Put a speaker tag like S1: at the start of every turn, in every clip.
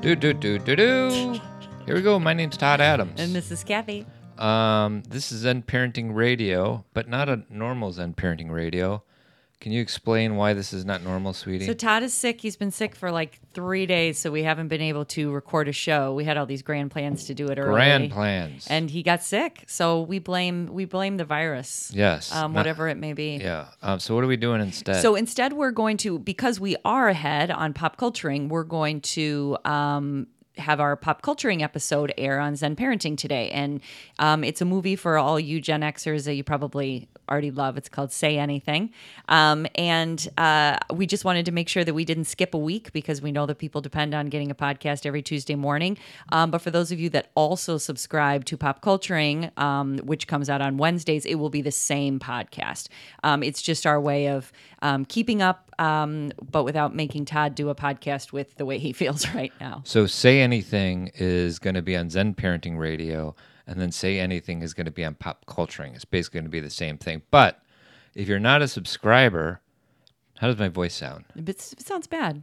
S1: Do do do do do. Here we go. My name's Todd Adams.
S2: And Mrs. Kathy.
S1: Um, this is Zen Parenting Radio, but not a normal Zen Parenting Radio. Can you explain why this is not normal, sweetie?
S2: So Todd is sick. He's been sick for like three days, so we haven't been able to record a show. We had all these grand plans to do it early.
S1: Grand plans.
S2: And he got sick, so we blame we blame the virus.
S1: yes.
S2: Um,
S1: Not-
S2: whatever it may be.
S1: yeah. Um, so what are we doing instead?
S2: So instead, we're going to because we are ahead on pop culturing. We're going to um, have our pop culturing episode air on Zen Parenting today, and um, it's a movie for all you Gen Xers that you probably already love. It's called Say Anything, um, and uh, we just wanted to make sure that we didn't skip a week because we know that people depend on getting a podcast every Tuesday morning. Um, but for those of you that also subscribe to Pop Culturing, um, which comes out on Wednesdays, it will be the same podcast. Um, it's just our way of um, keeping up, um, but without making Todd do a podcast with the way he feels right now.
S1: So say anything is going to be on Zen Parenting Radio, and then say anything is going to be on Pop Culturing. It's basically going to be the same thing. But if you're not a subscriber, how does my voice sound?
S2: But s- it sounds bad.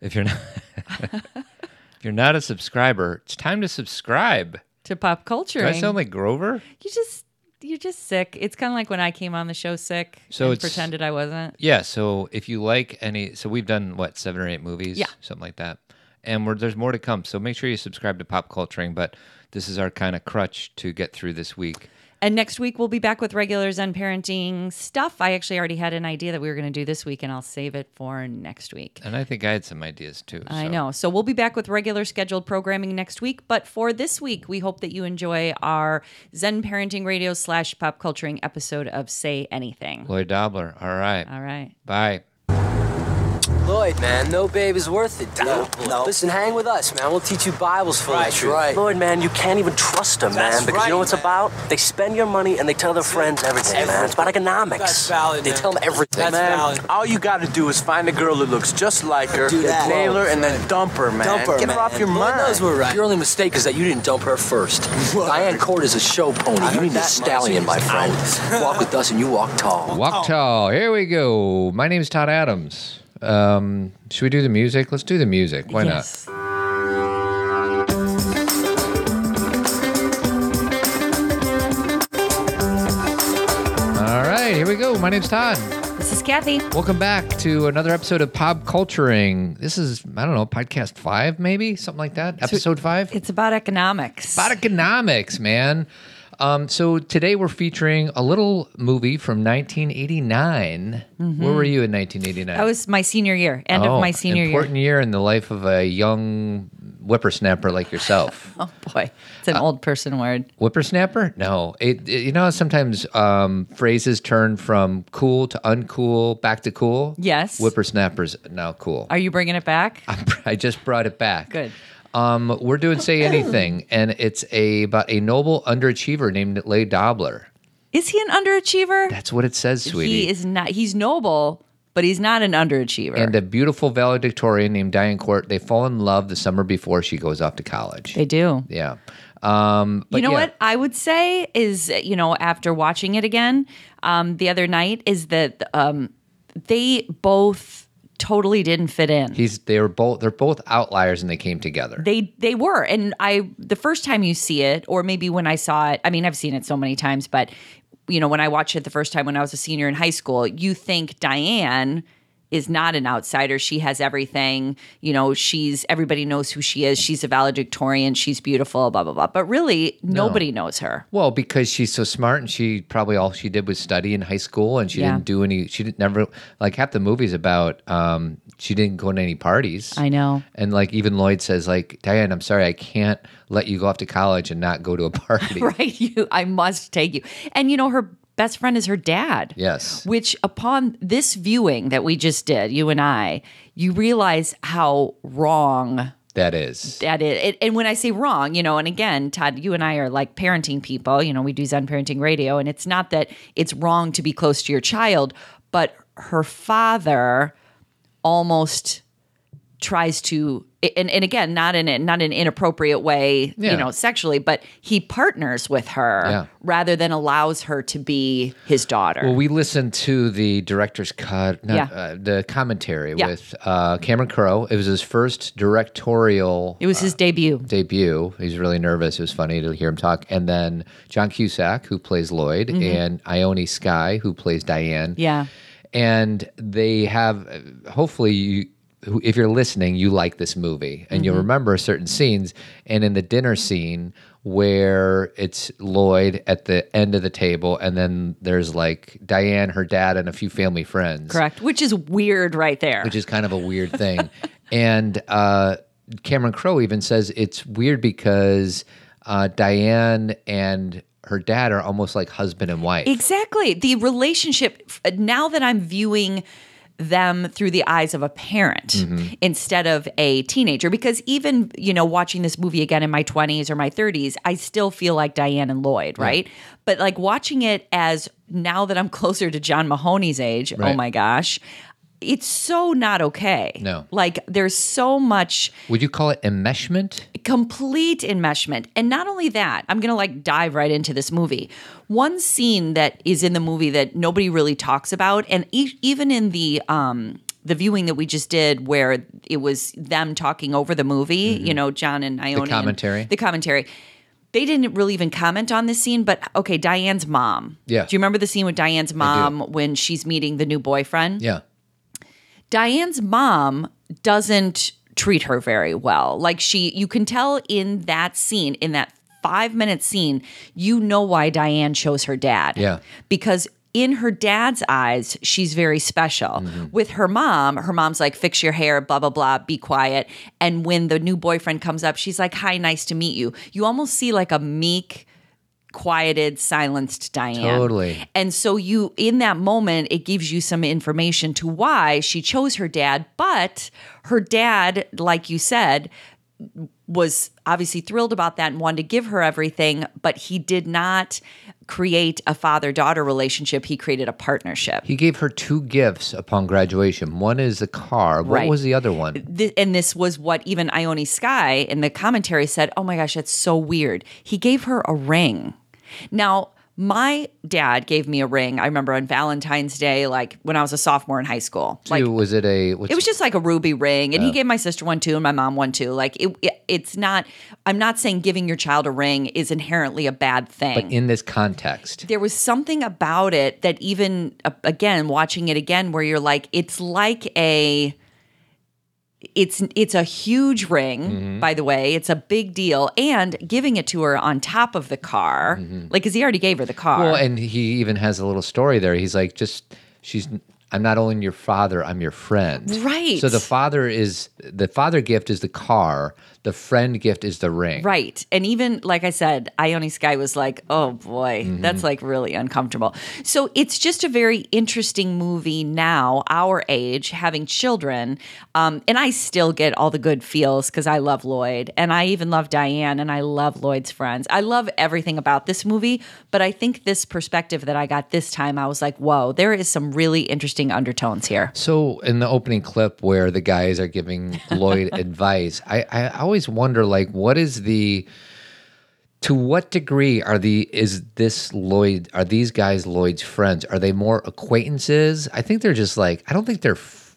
S1: If you're not, if you're not a subscriber, it's time to subscribe.
S2: To pop culture,
S1: Do I sound like Grover?
S2: you just you're just sick. It's kind of like when I came on the show sick
S1: So
S2: and
S1: it's-
S2: pretended I wasn't.
S1: Yeah. So if you like any, so we've done what seven or eight movies,
S2: Yeah.
S1: something like that, and we're, there's more to come. So make sure you subscribe to Pop Culturing. But this is our kind of crutch to get through this week.
S2: And next week we'll be back with regulars on parenting stuff. I actually already had an idea that we were going to do this week, and I'll save it for next week.
S1: And I think I had some ideas too.
S2: I
S1: so.
S2: know. So we'll be back with regular scheduled programming next week. But for this week, we hope that you enjoy our Zen Parenting Radio slash pop culturing episode of Say Anything.
S1: Lloyd Dobler. All right.
S2: All right.
S1: Bye.
S3: Lloyd, man, no babe is worth it. Dude. No, Listen, hang with us, man. We'll teach you Bibles for
S4: Right,
S3: the truth.
S4: right.
S3: Lloyd, man, you can't even trust them,
S4: That's
S3: man, because you know
S4: right,
S3: what it's
S4: man.
S3: about? They spend your money and they tell their friends everything, man. It's about economics.
S4: That's valid,
S3: They
S4: man.
S3: tell them everything,
S4: That's
S3: man.
S4: valid.
S5: All you gotta do is find a girl that looks just like her,
S3: Do that.
S5: nail her, and then dump her, man.
S4: Dump her,
S5: Get
S4: man.
S5: her off your
S4: Lloyd
S5: mind.
S4: knows we're right.
S3: Your only mistake is that you didn't dump her first. Diane Court is a show pony. You
S4: heard
S3: need a
S4: that,
S3: stallion, my
S4: Mark.
S3: friend. walk with us and you walk tall.
S1: Walk
S2: Oh.
S1: tall. Here we go. My name's Todd Adams. Um, should we do the music? Let's do the music. Why
S2: yes.
S1: not? All right. Here we go. My name's Todd.
S2: This is Kathy.
S1: Welcome back to another episode of Pop Culturing. This is, I don't know, podcast five, maybe? Something like that. Episode five?
S2: It's about economics.
S1: about economics, man. Um, so today we're featuring a little movie from 1989. Where were you in 1989?
S2: that Mm-hmm. was my senior year, end
S1: Oh,
S2: of my senior year.
S1: important year in the life of a young whippersnapper like yourself.
S2: Oh boy, it's
S1: Uh,
S2: an old person word.
S1: whippersnapper? No, it, it- you know how sometimes um, phrases turn from cool to uncool, back to cool.
S2: Yes.
S1: whippersnappers now cool.
S2: Are you bringing it back?
S1: I just brought it back.
S2: Good.
S1: Um, we're doing say anything, and it's a about a noble underachiever named Leigh Dobler.
S2: Is he an underachiever?
S1: That's what it says, sweetie.
S2: He is not. He's noble, but he's not an underachiever.
S1: and a beautiful valedictorian named Diane Court. They fall in love the summer before she goes off to college.
S2: they do.
S1: Yeah. Um, but
S2: you know
S1: yeah.
S2: what I would say is, you know, after watching it again um, the other night, is that um, they both totally didn't fit in.
S1: He's they were both they're both outliers and they came together.
S2: they they were, and I the first time you see it, or maybe when I saw it. I mean, I've seen it so many times, but you know, when I watched it the first time when I was a senior in high school, you think Diane is not an outsider. She has everything. You know, she's everybody knows who she is. She's a valedictorian. She's beautiful. Blah blah blah. But really, nobody knows her.
S1: well, because she's so smart and she probably all she did was study in high school and she
S2: Yeah.
S1: didn't do any she didn't never like half the movies about um she didn't go to any parties.
S2: I know.
S1: And like even Lloyd says, like, Diane, I'm sorry, I can't let you go off to college and not go to a party.
S2: right you i must take you and you know her best friend is her dad
S1: Yes.
S2: which upon this viewing that we just did you and i you realize how wrong
S1: That is.
S2: that is it, and when i say wrong you know and again todd you and i are like parenting people you know we do zen parenting radio and it's not that it's wrong to be close to your child but her father almost tries to and, and again not in a, not an inappropriate way
S1: Yeah.
S2: you know sexually but he partners with her
S1: Yeah.
S2: rather than allows her to be his daughter
S1: Well, we listened to the director's cut, not,
S2: Yeah.
S1: uh, the commentary
S2: Yeah.
S1: with uh, Cameron Crowe. It was his first directorial
S2: it was his debut
S1: debut. He's really nervous. It was funny to hear him talk. And then John Cusack, who plays Lloyd, and Ione Sky, who plays Diane.
S2: Mm-hmm. Yeah.
S1: And they have, uh, hopefully, you, who- if you're listening, you like this movie and you'll remember certain scenes. And in the dinner scene, where it's Lloyd at the end of the table, and then there's like Diane, her dad, and a few family friends
S2: correct which is weird right there
S1: which is kind of a weird thing. and uh, Cameron Crowe even says it's weird because uh, Diane and her dad are almost like husband and wife.
S2: Exactly. The relationship, f- now that I'm viewing them through the eyes of a parent
S1: Mm-hmm.
S2: instead of a teenager, because even, you know, watching this movie again in my 20s or my 30s, I still feel like Diane and Lloyd, right? But like watching it as now that I'm closer to John Mahoney's age, oh
S1: Right.
S2: my gosh. It's so not okay.
S1: No.
S2: Like there's so much
S1: Would you call it enmeshment?
S2: complete enmeshment. And not only that, I'm going to like dive right into this movie. One scene that is in the movie that nobody really talks about and e- even in the um the viewing that we just did where it was them talking over the movie, you know, John and Ione and
S1: Mm-hmm. commentary.
S2: the commentary. They didn't really even comment on this scene, but okay, Diane's mom.
S1: Yeah.
S2: Do you remember the scene with Diane's mom when she's meeting the new boyfriend?
S1: Yeah.
S2: Diane's mom doesn't treat her very well. Like she you can tell in that scene in that 5 minute scene, you know why Diane chose her dad.
S1: Yeah.
S2: Because in her dad's eyes, she's very special. With her mom, her mom's like, fix your hair, blah, blah, blah, be quiet. And when the new boyfriend comes up, she's like, hi, nice to meet you. You almost see like a meek, quieted, silenced Diane.
S1: Totally.
S2: And so you in that moment it gives you some information to why she chose her dad, but her dad, like you said, was obviously thrilled about that and wanted to give her everything, but he did not create a father-daughter relationship. He created a partnership.
S1: He gave her two gifts upon graduation. One is a car. What
S2: Right.
S1: was the other one?
S2: Th- and this was what even Ione Sky in the commentary said, "Oh my gosh, that's so weird." He gave her a ring. Now, my dad gave me a ring. I remember on Valentine's Day, like when I was a sophomore in high school. Like
S1: Two, was it a? What's,
S2: it was just like a ruby ring, and he gave my sister one too, and my mom one too. Like it, it- it's not. I'm not saying giving your child a ring is inherently a bad thing
S1: in this context.
S2: there was something about it that even uh, again watching it again where you're like it's like a it's it's a huge ring by the way it's a big deal and giving it to her on top of the car like cuz he already gave her the car
S1: Well, and he even has a little story there. He's like, just she's. I'm not only your father, I'm your friend.
S2: Right.
S1: So the father is the father gift is the car. The friend gift is the ring.
S2: Right. And even like I said, Ione Sky was like, oh boy, that's like really uncomfortable. So it's just a very interesting movie now, our age, having children. Um, and I still get all the good feels because I love Lloyd and I even love Diane and I love Lloyd's friends. I love everything about this movie, but I think this perspective that I got this time, I was like, whoa, there is some really interesting undertones here.
S1: So in the opening clip where the guys are giving Lloyd advice, I, I always wonder like what is the to what degree are the is this Lloyd are these guys Lloyd's friends? Are they more acquaintances? I think they're just like I don't think they're f-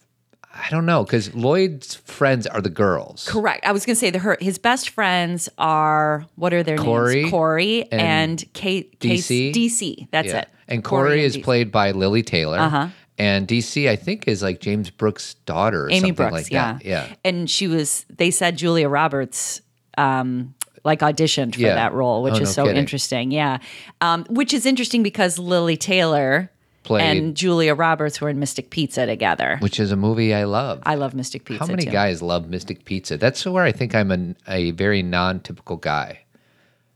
S1: I don't know cuz Lloyd's friends are the girls.
S2: Correct. I was going to say the her his best friends are what are their
S1: Corey
S2: names? Corey and,
S1: and
S2: Kate
S1: DC.
S2: Kate- DC. That's
S1: Yeah.
S2: it.
S1: And Corey, is
S2: DC.
S1: played by Lily Taylor.
S2: Uh-huh.
S1: And DC I think is like James Brooks' daughter or
S2: Amy
S1: something
S2: Brooks.
S1: like
S2: yeah.
S1: that. Yeah.
S2: And she was. They said Julia Roberts. Um, like auditioned for
S1: Yeah.
S2: that role, which
S1: Oh,
S2: is
S1: no
S2: so
S1: kidding.
S2: interesting. Yeah, um, which is interesting because Lily Taylor
S1: Played-
S2: and Julia Roberts were in Mystic Pizza together.
S1: Which is a movie I love.
S2: I love Mystic Pizza.
S1: How many
S2: too.
S1: guys love Mystic Pizza? That's where I think I'm an, a very non-typical guy.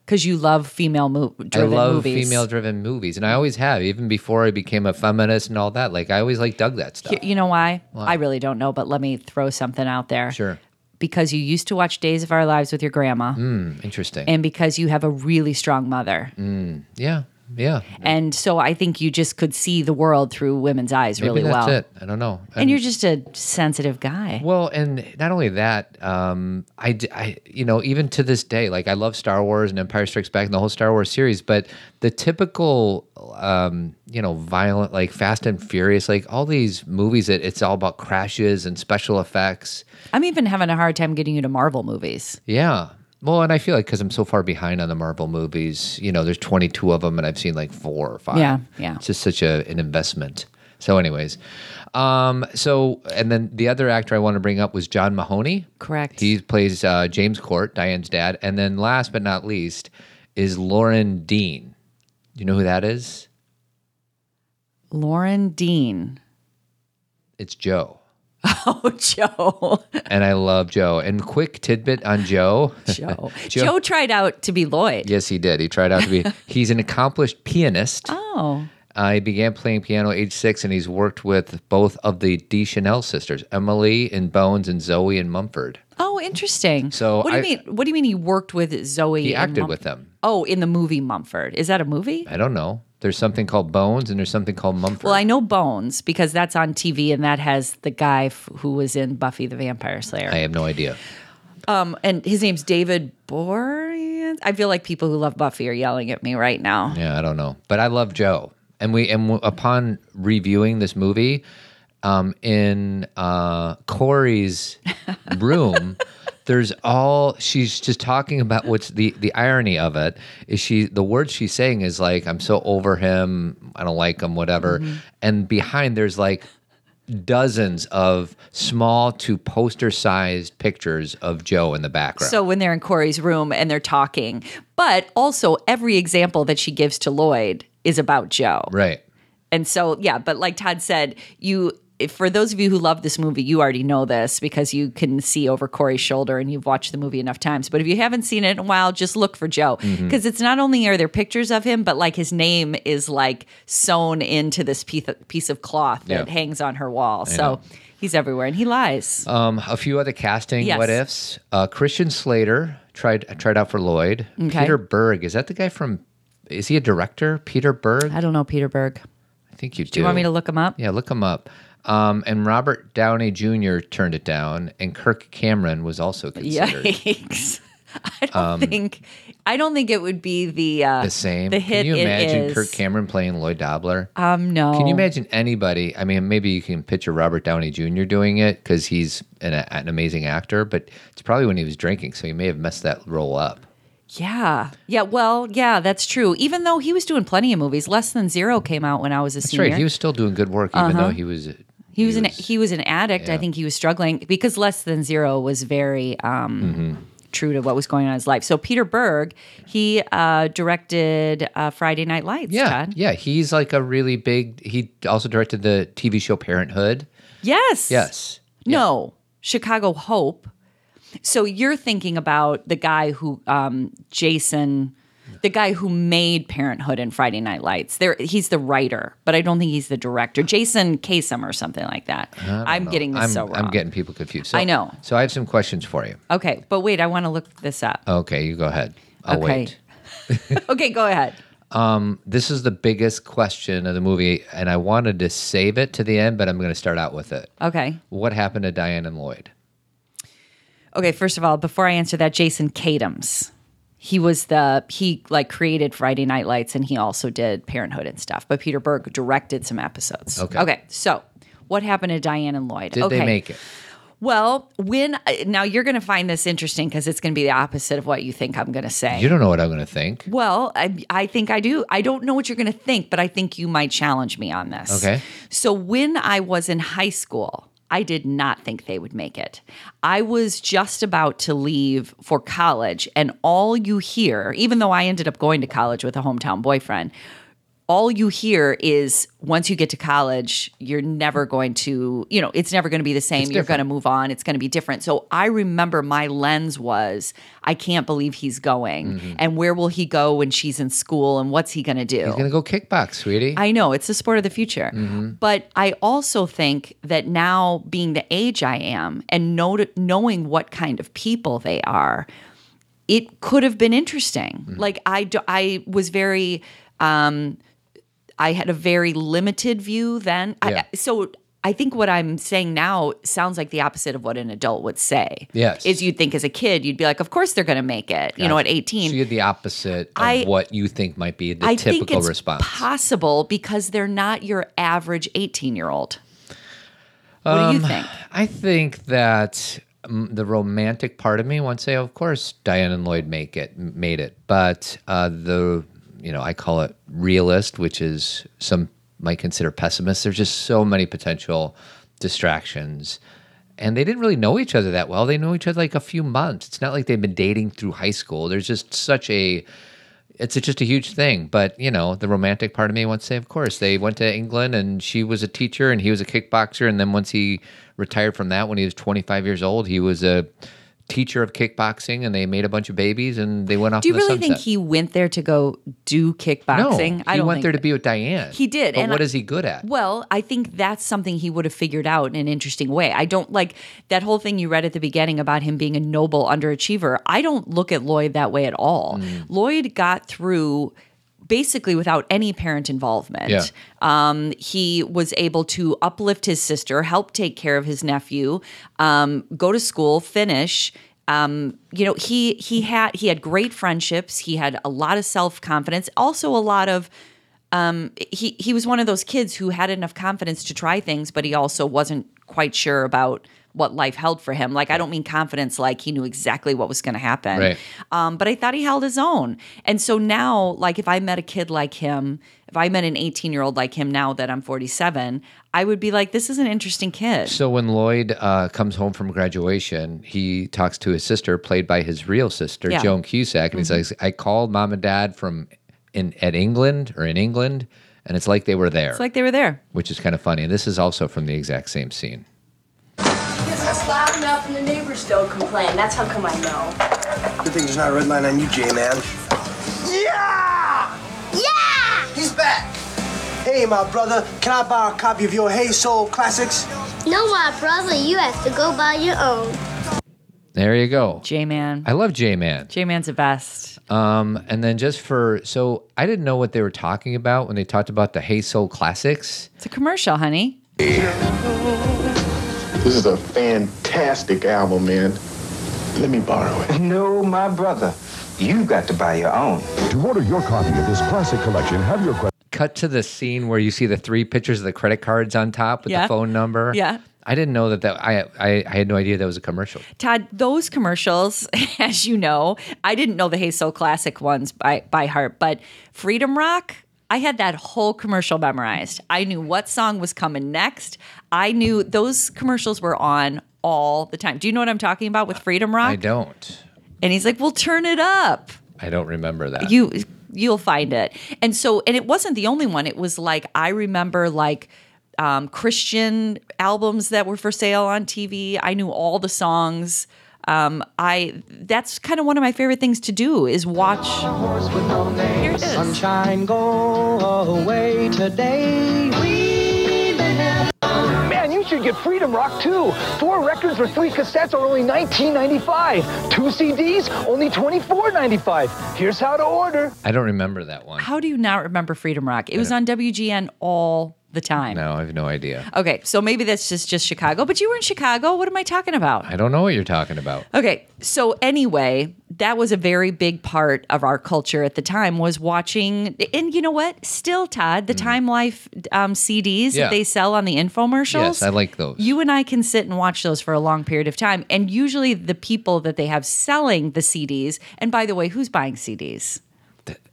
S2: Because you love female mo- driven
S1: I love
S2: movies.
S1: female-driven movies, and I always have, even before I became a feminist and all that. Like I always like dug that stuff.
S2: Y- You know why? I really don't know, but let me throw something out there.
S1: Sure,
S2: Because you used to watch Days of
S1: Mm.
S2: Our Lives with your grandma,
S1: Hmm, interesting. Mm.
S2: and because you have a really strong mother.
S1: yeah, yeah.
S2: And so I think you just could see the world through women's eyes
S1: Maybe
S2: really
S1: that's
S2: well.
S1: it. I don't know.
S2: And you're just a sensitive guy.
S1: Well, and not only that, um, I, d- I- you know, even to this day, like I love Star Wars and Empire Strikes Back and the whole Star Wars series, but the typical, um, you know, violent, like Fast and Furious, like all these movies that it's all about crashes and special effects.
S2: I'm even having a hard time getting you to Marvel movies.
S1: Yeah. Well, and I feel like because I'm so far behind on the Marvel movies, you know, there's 22 of them and I've seen like four or five.
S2: Yeah, yeah.
S1: It's just such a, an investment. So, anyways, um, so, and then the other actor I want to bring up was John Mahoney.
S2: Correct.
S1: He plays uh, James Court, Diane's dad. And then last but not least is Lauren Dean. Do you know who that is?
S2: Lauren Dean.
S1: It's Joe.
S2: Oh, Joe.
S1: And I love Joe. And quick tidbit on Joe.
S2: Joe. Joe. tried out to be Lloyd.
S1: yes, he did. He tried out to be, he's an accomplished pianist.
S2: Oh.
S1: I began playing piano at age six, and he's worked with both of the Deschanel sisters, Emily and Bones, and Zoe and Mumford.
S2: Oh, interesting.
S1: So
S2: what do you
S1: I-
S2: mean? What do you mean? He worked with Zoe.
S1: He
S2: and
S1: acted
S2: Mum-
S1: with them.
S2: Oh, in the movie Mumford. Is that a movie?
S1: I don't know. There's something called Bones, and there's something called Mumford.
S2: Well, I know Bones because that's on TV, and that has the guy f- who was in Buffy the Vampire Slayer,
S1: I have no idea.
S2: um, and his name's David Boreanaz. I feel like people who love Buffy are yelling at me right now.
S1: Yeah, I don't know. But I love Joe. And we and w- upon reviewing this movie, um, in uh, Corey's room, there's all she's just talking about. What's the the irony of it is she the words she's saying is like I'm so over him, I don't like him, whatever. And behind there's like dozens of small to poster sized pictures of Joe in the background.
S2: So when they're in Corey's room and they're talking, but also every example that she gives to Lloyd is about Joe.
S1: right.
S2: And so, yeah, but like Todd said, you if- for those of you who love this movie, you already know this because you can see over Corey's shoulder and you've watched the movie enough times. But if you haven't seen it in a while, just look for Joe because
S1: Mm-hmm.
S2: it's not only are there pictures of him, but like his name is like sewn into this piece of, piece of cloth that
S1: Yeah.
S2: hangs on her wall.
S1: know.
S2: So he's everywhere and he lies.
S1: Um, a few other casting
S2: Yes.
S1: what ifs. Uh, Christian Slater tried tried out for Lloyd.
S2: Okay.
S1: Peter Berg is that the guy from? Is he a director? Peter Berg?
S2: I don't know, Peter Berg.
S1: I think you do.
S2: Do you want me to look him up?
S1: Yeah, look him up. Um, and Robert Downey Jr. turned it down, and Kirk Cameron was also considered.
S2: Yikes. I don't think I don't think it would be the uh,
S1: Um, The same.
S2: the hit
S1: Can you
S2: it
S1: imagine
S2: is.
S1: Kirk Cameron playing Lloyd Dobler?
S2: Um, no.
S1: Can you imagine anybody? I mean, maybe you can picture Robert Downey Jr. doing it because he's an, an amazing actor, but it's probably when he was drinking, so he may have messed that role up.
S2: Yeah. Yeah. Well, yeah, that's true. Even though he was doing plenty of movies, Less Than Zero came out when I was a
S1: That's
S2: senior. Uh-huh.
S1: right. He was still doing good work, even though he was.
S2: He was an he was an addict. I think he was struggling because Less Than Zero was very um,
S1: Mm-hmm.
S2: true to what was going on in his life. So Peter Berg, he uh, directed uh, Friday Night Lights.
S1: Yeah,
S2: Todd.
S1: yeah. He's like a really big. He also directed the TV show Parenthood.
S2: Yes.
S1: Yes.
S2: No, Chicago Hope. So you're thinking about the guy who um, Jason, the guy who made Parenthood and Friday Night Lights. There, he's the writer, but I don't think he's the director. Jason Kasem or something like that. I'm getting this
S1: I'm,
S2: so wrong.
S1: I'm getting people confused. So,
S2: I know.
S1: So I have some questions for you.
S2: okay, but wait, I want to look this up.
S1: Okay, you go ahead. I'll
S2: Okay.
S1: wait.
S2: Okay, go ahead.
S1: This is the biggest question of the movie, and I wanted to save it to the end, but I'm going to start out with it.
S2: Okay,
S1: What happened to Diane and Lloyd?
S2: okay. First of all, before I answer that, Jason Kadams. He was the he like created Friday Night Lights and he also did Parenthood and stuff. But Peter Berg directed some episodes.
S1: Okay.
S2: Okay. So what happened to Diane and Lloyd?
S1: Did
S2: okay.
S1: they make it?
S2: Well, when uh, now you're going to find this interesting because it's going to be the opposite of what you think I'm going to say.
S1: You don't know what I'm going to think.
S2: well, I, I think I do. I don't know what you're going to think, but I think you might challenge me on this.
S1: Okay.
S2: So when I was in high school, I did not think they would make it. I was just about to leave for college, and all you hear, even though I ended up going to college with a hometown boyfriend, all you hear is once you get to college, you're never going to, you know, it's never going to be the same. You're going to move on. It's going to be different. So I remember my lens was, I can't believe he's going. And where will he go when she's in school? And what's he going to do?
S1: He's going to go kickbox, sweetie.
S2: I know it's the sport of the future.
S1: Mm-hmm.
S2: But I also think that now, being the age I am and know, knowing what kind of people they
S1: Mm-hmm.
S2: are, it could have been interesting. Like I, do- I was very. um, I had a very limited view then.
S1: Yeah.
S2: I, so I think what I'm saying now sounds like the opposite of what an adult would say.
S1: Yes.
S2: Is you'd think as a kid, you'd be like, of course they're going to make it, you know, at 18.
S1: So you're the opposite of
S2: I-
S1: what you think might be the
S2: I
S1: typical
S2: think it's
S1: response.
S2: possible because they're not your average 18 year old. What do
S1: Um,
S2: you think?
S1: I think that um, the romantic part of me wants to say, of course, Diane and Lloyd make it, made it, but uh, the you know I call it realist, which is some might consider pessimist. There's just so many potential distractions. And they didn't really know each other that well. They know each other like a few months. It's not like they've been dating through high school. There's just such a it's a, just a huge thing. But you know, the romantic part of me wants to say, of course, they went to England and she was a teacher and he was a kickboxer. And then once he retired from that, when he was 25 years old, he was a teacher of kickboxing and they made a bunch of babies and they went off.
S2: Do you
S1: to the
S2: really think
S1: sunset.
S2: he went there to go do
S1: No,
S2: kickboxing?
S1: he
S2: I don't
S1: went
S2: think
S1: there to
S2: that-
S1: be with Diane.
S2: He did,
S1: But
S2: and
S1: what
S2: I-
S1: is he good at?
S2: Well, I think that's something he would have figured out in an interesting way. I don't like that whole thing you read at the beginning about him being a noble underachiever. I don't look at Lloyd that way at all.
S1: Mm.
S2: Lloyd got through basically without any parent involvement.
S1: Yeah.
S2: Um, he was able to uplift his sister, help take care of his nephew, um, go to school, finish. Um, you know, he he had he had great friendships. He had a lot of self confidence, also a lot of um, he he was one of those kids who had enough confidence to try things, but he also wasn't quite sure about what life held for him. Like I don't mean confidence like he knew exactly what was going to happen,
S1: Right.
S2: um, but I thought he held his own. And so now, like if I met a kid like him, if I met an eighteen year old like him now that I'm forty seven, I would be like, this is an interesting kid.
S1: So when Lloyd uh, comes home from graduation, he talks to his sister, played by his real sister,
S2: Yeah. Mm-hmm.
S1: Joan Cusack, and he's like, "I called mom and dad from in at England or in England, and it's like they were there,
S2: it's like they were there.
S1: which is kind of funny." And this is also from the exact same scene.
S4: Because it's loud enough and the neighbors don't complain. That's how come I know.
S5: Good thing there's not a red line on you, J-Man. Yeah!
S6: Yeah!
S5: He's back! Hey, my brother, can I borrow a copy of your Hey Soul classics?
S6: No, my brother, you have to go buy your own.
S1: There you go.
S2: J man,
S1: I love J Man.
S2: J man's the best.
S1: Um, and then just for so I didn't know what they were talking about when they talked about the Hey Soul classics.
S2: It's a commercial, honey.
S7: This is a fantastic album, man. Let me borrow it.
S8: No, my brother. You've got to buy your own.
S9: To order your copy of this classic collection, have your question
S1: Cut to the scene where you see the three pictures of the credit cards on top with
S2: Yeah.
S1: the phone number.
S2: Yeah.
S1: I didn't know that. That I, I I had no idea that was a commercial.
S2: Todd, those commercials, as you know, I didn't know the Hey Soul Classic ones by, by heart, but Freedom Rock, I had that whole commercial memorized. I knew what song was coming next. I knew those commercials were on all the time. Do you know what I'm talking about with Freedom Rock?
S1: I don't.
S2: And he's like, "Well, turn it up."
S1: I don't remember that.
S2: you you'll find it and so and it wasn't the only one it was like i remember like um, christian albums that were for sale on tv i knew all the songs um, i that's kind of one of my favorite things to do is watch here it is
S10: Sunshine, go away today. Man, you should get Freedom Rock too. Four records or three cassettes are only $19.95. Two CDs, only $24.95. Here's how to order.
S1: I don't remember that one.
S2: how do you not remember freedom rock it was on wgn all the time
S1: no, I have no idea.
S2: okay so maybe that's just just chicago but you were in chicago what am i talking about
S1: I don't know what you're talking about.
S2: Okay. So anyway, that was a very big part of our culture at the time was watching. And you know what? Still, Todd, the Time Life um, CDs
S1: Mm. Yeah.
S2: that they sell on the infomercials.
S1: Yes, I like those.
S2: You and I can sit and watch those for a long period of time. And usually the people that they have selling the CDs. And by the way, who's buying CDs?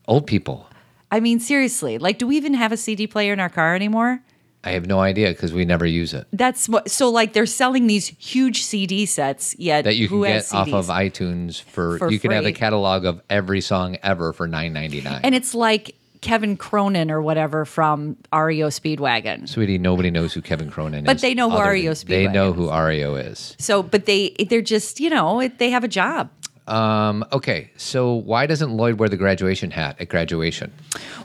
S1: Old people.
S2: I mean, seriously, like, do we even have a CD player in our car anymore?
S1: I have no idea because we never use it.
S2: That's what. So, like, they're selling these huge CD sets. Yet,
S1: That you can
S2: who
S1: get
S2: has
S1: off
S2: CDs?
S1: of iTunes for,
S2: For
S1: you can have a
S2: free.
S1: catalog of every song ever for nine ninety nine.
S2: And it's like Kevin Cronin or whatever from REO Speedwagon.
S1: Sweetie, nobody knows who Kevin Cronin
S2: But
S1: is.
S2: they know who
S1: other than-
S2: REO
S1: They
S2: Speedwagon
S1: know who REO is.
S2: So, but they they're just you know it, they have a job.
S1: Um, okay, so why doesn't Lloyd wear the graduation hat at graduation?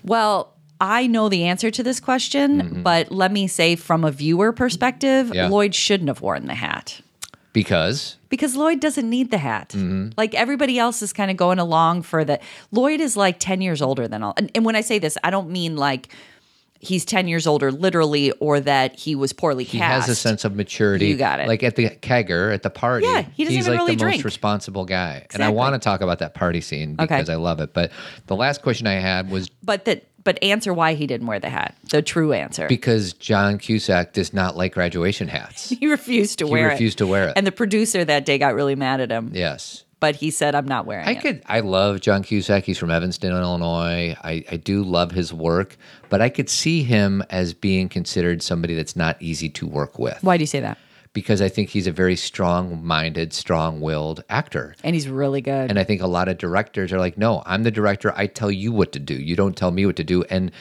S2: Well, I know the answer to this Mm-hmm. question, but let me say from a viewer perspective,
S1: Yeah.
S2: Lloyd shouldn't have worn the hat.
S1: Because
S2: because Lloyd doesn't need the hat. Like everybody else is kind of going along for the. Lloyd is like 10 years older than all. And, and when I say this, I don't mean like he's 10 years older literally or that he was poorly
S1: he
S2: cast.
S1: has a sense of maturity.
S2: You got it.
S1: Like at the kegger, at the party,
S2: Yeah, he doesn't
S1: he's
S2: even
S1: like
S2: really
S1: the
S2: drink.
S1: most responsible guy. And I
S2: Exactly.
S1: want to talk about that party scene
S2: Okay.
S1: because I love it. But the last question I had was
S2: But that. But answer why he didn't wear the hat. The true answer.
S1: because John Cusack does not like graduation hats.
S2: he refused to wear
S1: refused
S2: it.
S1: to wear it.
S2: And the producer that day got really mad at him.
S1: yes.
S2: But he said, "I'm not wearing
S1: I
S2: it."
S1: could. I love John Cusack. He's from Evanston, Illinois. I, I do love his work, but I could see him as being considered somebody that's not easy to work with
S2: Why do you say that?
S1: because I think he's a very strong-minded, strong-willed actor.
S2: And he's really good.
S1: And I think a lot of directors are like, no, I'm the director. I tell you what to do. You don't tell me what to do. And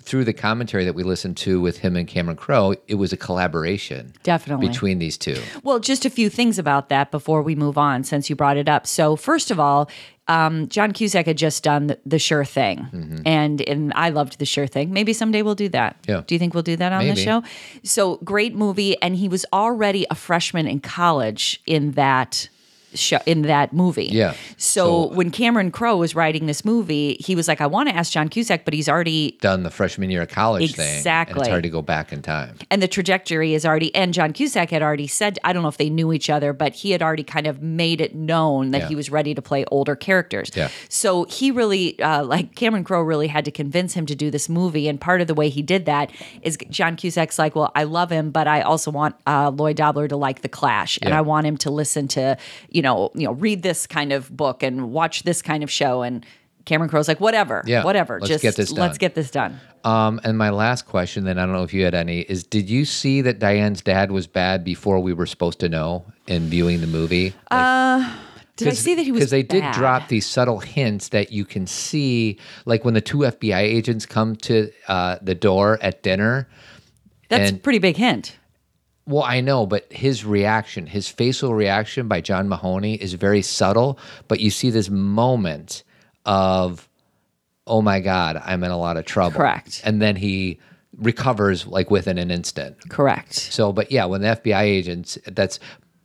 S1: through the commentary that we listened to with him and Cameron Crowe, it was a collaboration
S2: Definitely.
S1: between these two.
S2: Well, just a few things about that before we move on, since you brought it up. So, first of all, um, John Cusack had just done the, the Sure Thing, and and I loved the Sure Thing. Maybe someday we'll do that.
S1: Mm-hmm. Yeah.
S2: Do you think we'll do that on the
S1: Maybe.
S2: show? So great movie, and he was already a freshman in college in that show in that movie.
S1: Yeah.
S2: So,
S1: So-
S2: when Cameron Crowe was writing this movie, he was like, "I want to ask John Cusack, but he's already
S1: Done the freshman year of college thing. And
S2: Exactly.
S1: it's hard to go back in time.
S2: and the trajectory is already and John Cusack had already said I don't know if they knew each other but he had already kind of made it known that
S1: Yeah.
S2: he was ready to play older characters
S1: Yeah.
S2: so he really uh, like Cameron Crowe really had to convince him to do this movie and part of the way he did that is John Cusack's like well I love him but I also want uh, Lloyd Dobler to like The Clash and
S1: Yeah.
S2: I want him to listen to you know you know read this kind of book and watch this kind of show and Cameron Crowe's like whatever
S1: Yeah.
S2: whatever
S1: Let's
S2: just
S1: get this
S2: let's
S1: done."
S2: get this done
S1: Um, and my last question, then I don't know if you had any, is did you see that Diane's dad was bad before we were supposed to know in viewing the movie?
S2: Uh, did I see that he was
S1: Because they did
S2: bad?
S1: drop these subtle hints that you can see, like when the two FBI agents come to uh, the door at dinner.
S2: That's a
S1: And-
S2: pretty big hint.
S1: Well, I know, but his reaction, his facial reaction by John Mahoney is very subtle, but you see this moment of, oh my God, I'm in a lot of trouble.
S2: Correct.
S1: And then he recovers like within an instant.
S2: Correct.
S1: So, but yeah, when the FBI agents, that's.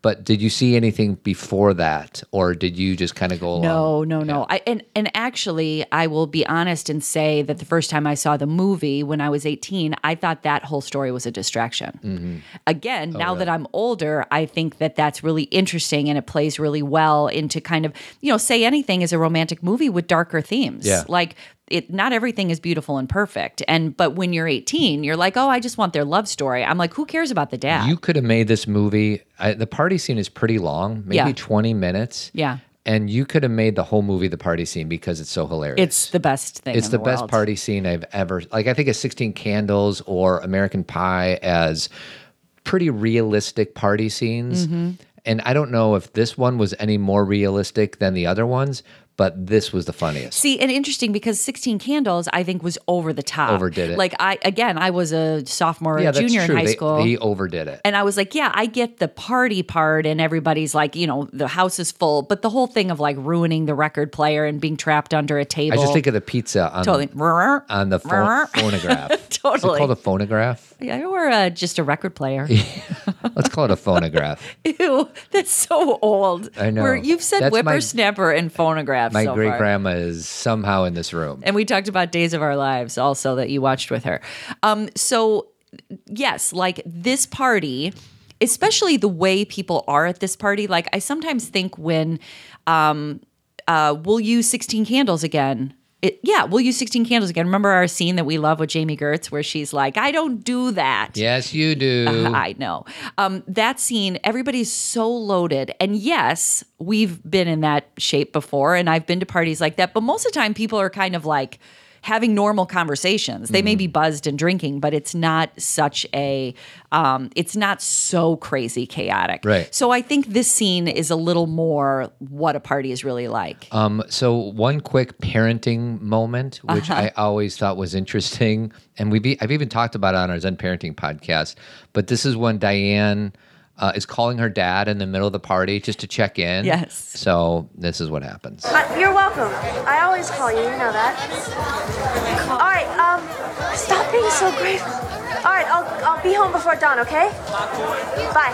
S1: But did you see anything before that, or did you just kind of go along?
S2: No, no, no. I and and actually, I will be honest and say that the first time I saw the movie when I was 18, I thought that whole story was a distraction.
S1: Mm-hmm.
S2: Again,
S1: Oh,
S2: now that I'm older, I think that that's really interesting and it plays really well into kind of, you know, say anything is a romantic movie with darker themes.
S1: Yeah.
S2: Like it not everything is beautiful and perfect. And but when you're 18, you're like, "Oh, I just want their love story." I'm like, "Who cares about the dad?"
S1: You could have made this movie. I, the party scene is pretty long, maybe
S2: Yeah.
S1: 20 minutes.
S2: Yeah.
S1: And you could have made the whole movie the party scene because it's so hilarious.
S2: it's the best thing.
S1: It's
S2: in
S1: the, best
S2: world.
S1: party scene I've ever like. I think of Sixteen Candles or American Pie as pretty realistic party scenes,
S2: Mm-hmm.
S1: and I don't know if this one was any more realistic than the other ones, but this was the funniest.
S2: See, and interesting because 16 Candles, I think, was over the top.
S1: Overdid it.
S2: Like, I, again, I was a sophomore or
S1: yeah, that's
S2: junior
S1: true.
S2: in high
S1: they,
S2: school.
S1: they overdid it.
S2: and I was like, yeah, I get the party part, and everybody's like, you know, the house is full, but the whole thing of like ruining the record player and being trapped under a
S1: I
S2: table.
S1: just think of the pizza on
S2: totally.
S1: on the pho- phonograph. Is it
S2: Totally.
S1: called a phonograph?
S2: Yeah, or uh, just a record player.
S1: Let's call it a phonograph.
S2: Ew, that's so old.
S1: I know.
S2: Where you've said
S1: That's my-
S2: whippersnapper and phonograph.
S1: My
S2: so
S1: great
S2: far.
S1: grandma is somehow in this room.
S2: and we talked about Days of Our Lives also that you watched with her. Um, so yes, like this party, especially the way people are at this party. Like I sometimes think when, um, uh, we'll use sixteen candles again. It, yeah, we'll use sixteen candles again. Remember our scene that we love with Jamie Gertz where she's like, "I don't do that."
S1: Yes, you do.
S2: I know. Um, that scene, everybody's so loaded. And yes, we've been in that shape before, and I've been to parties like that. But most of the time, people are kind of like having normal conversations. They may be buzzed and drinking, but it's not such a, um, it's not so crazy chaotic.
S1: Right.
S2: So I think this scene is a little more what a party is really like.
S1: Um, so one quick parenting moment, which
S2: Uh-huh.
S1: I always thought was interesting, and we be, I've even talked about it on our Zen parenting podcast. But this is when Diane uh, is calling her dad in the middle of the party just to check in.
S2: Yes.
S1: So this is what happens.
S4: Uh, you're welcome. I always call you. You know that. All right. Um, stop being so grateful. All right. I'll I'll be home before dawn. Okay. Bye.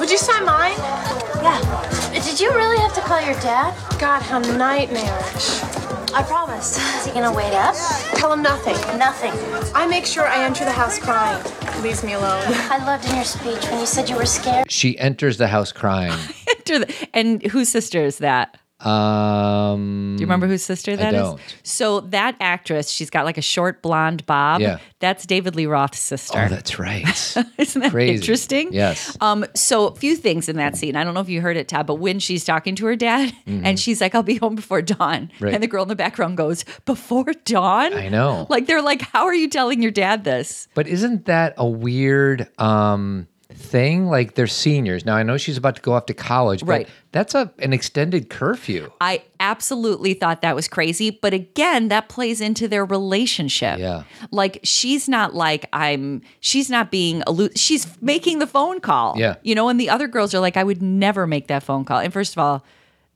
S4: Oh, call your dad?
S11: God, how nightmarish.
S4: I promise. Is he gonna wait up?
S11: Tell him nothing.
S4: Nothing.
S11: I make sure I enter the house crying. Leaves me alone.
S4: I loved in your speech when you said you were scared.
S1: She enters the house crying.
S2: Enter the- and whose sister is that?
S1: Um,
S2: Do you remember whose sister that is?
S1: don't.
S2: So that actress, she's got like a short blonde bob.
S1: Yeah.
S2: That's David Lee Roth's sister.
S1: Oh, that's right.
S2: Isn't that
S1: Crazy.
S2: interesting?
S1: Yes.
S2: Um, so a few things in that scene. I don't know if you heard it, Todd, but when she's talking to her dad and she's like, I'll be home before dawn.
S1: Mm-hmm. Right.
S2: And the girl in the background goes, Before dawn?
S1: I know.
S2: Like they're like, How are you telling your dad this?
S1: But isn't that a weird um, thing? Like they're seniors now. I know she's about to go off to college, but
S2: Right.
S1: that's a an extended curfew.
S2: I absolutely thought that was crazy. But again, that plays into their relationship.
S1: Yeah.
S2: Like she's not like I'm she's not being allu- she's making the phone call.
S1: Yeah.
S2: You know, and the other girls are like, I would never make that phone call. And first of all,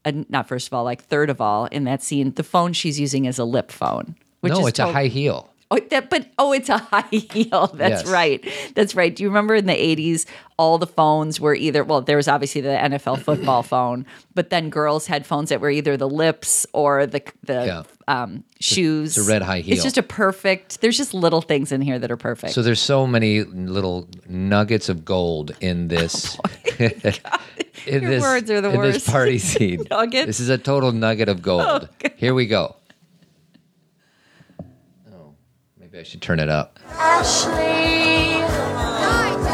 S2: uh, not first of all, like third of all, in that scene, the phone she's using is a lip phone. Which
S1: no,
S2: is
S1: it's
S2: to-
S1: a high heel.
S2: Oh, that, but oh, it's a high heel. That's
S1: Yes.
S2: right. That's right. Do you remember in the eighties, all the phones were either well, there was obviously the NFL football phone, but then girls had phones that were either the lips or the the um, shoes.
S1: the red high heel.
S2: It's just a perfect. There's just little things in here that are perfect.
S1: So there's so many little nuggets of gold in this. in
S2: Oh, Your words are the
S1: in this
S2: worst.
S1: party scene.
S2: Nugget?
S1: This is a total nugget of gold. Here we go. Oh, maybe I should turn it up.
S4: Ashley and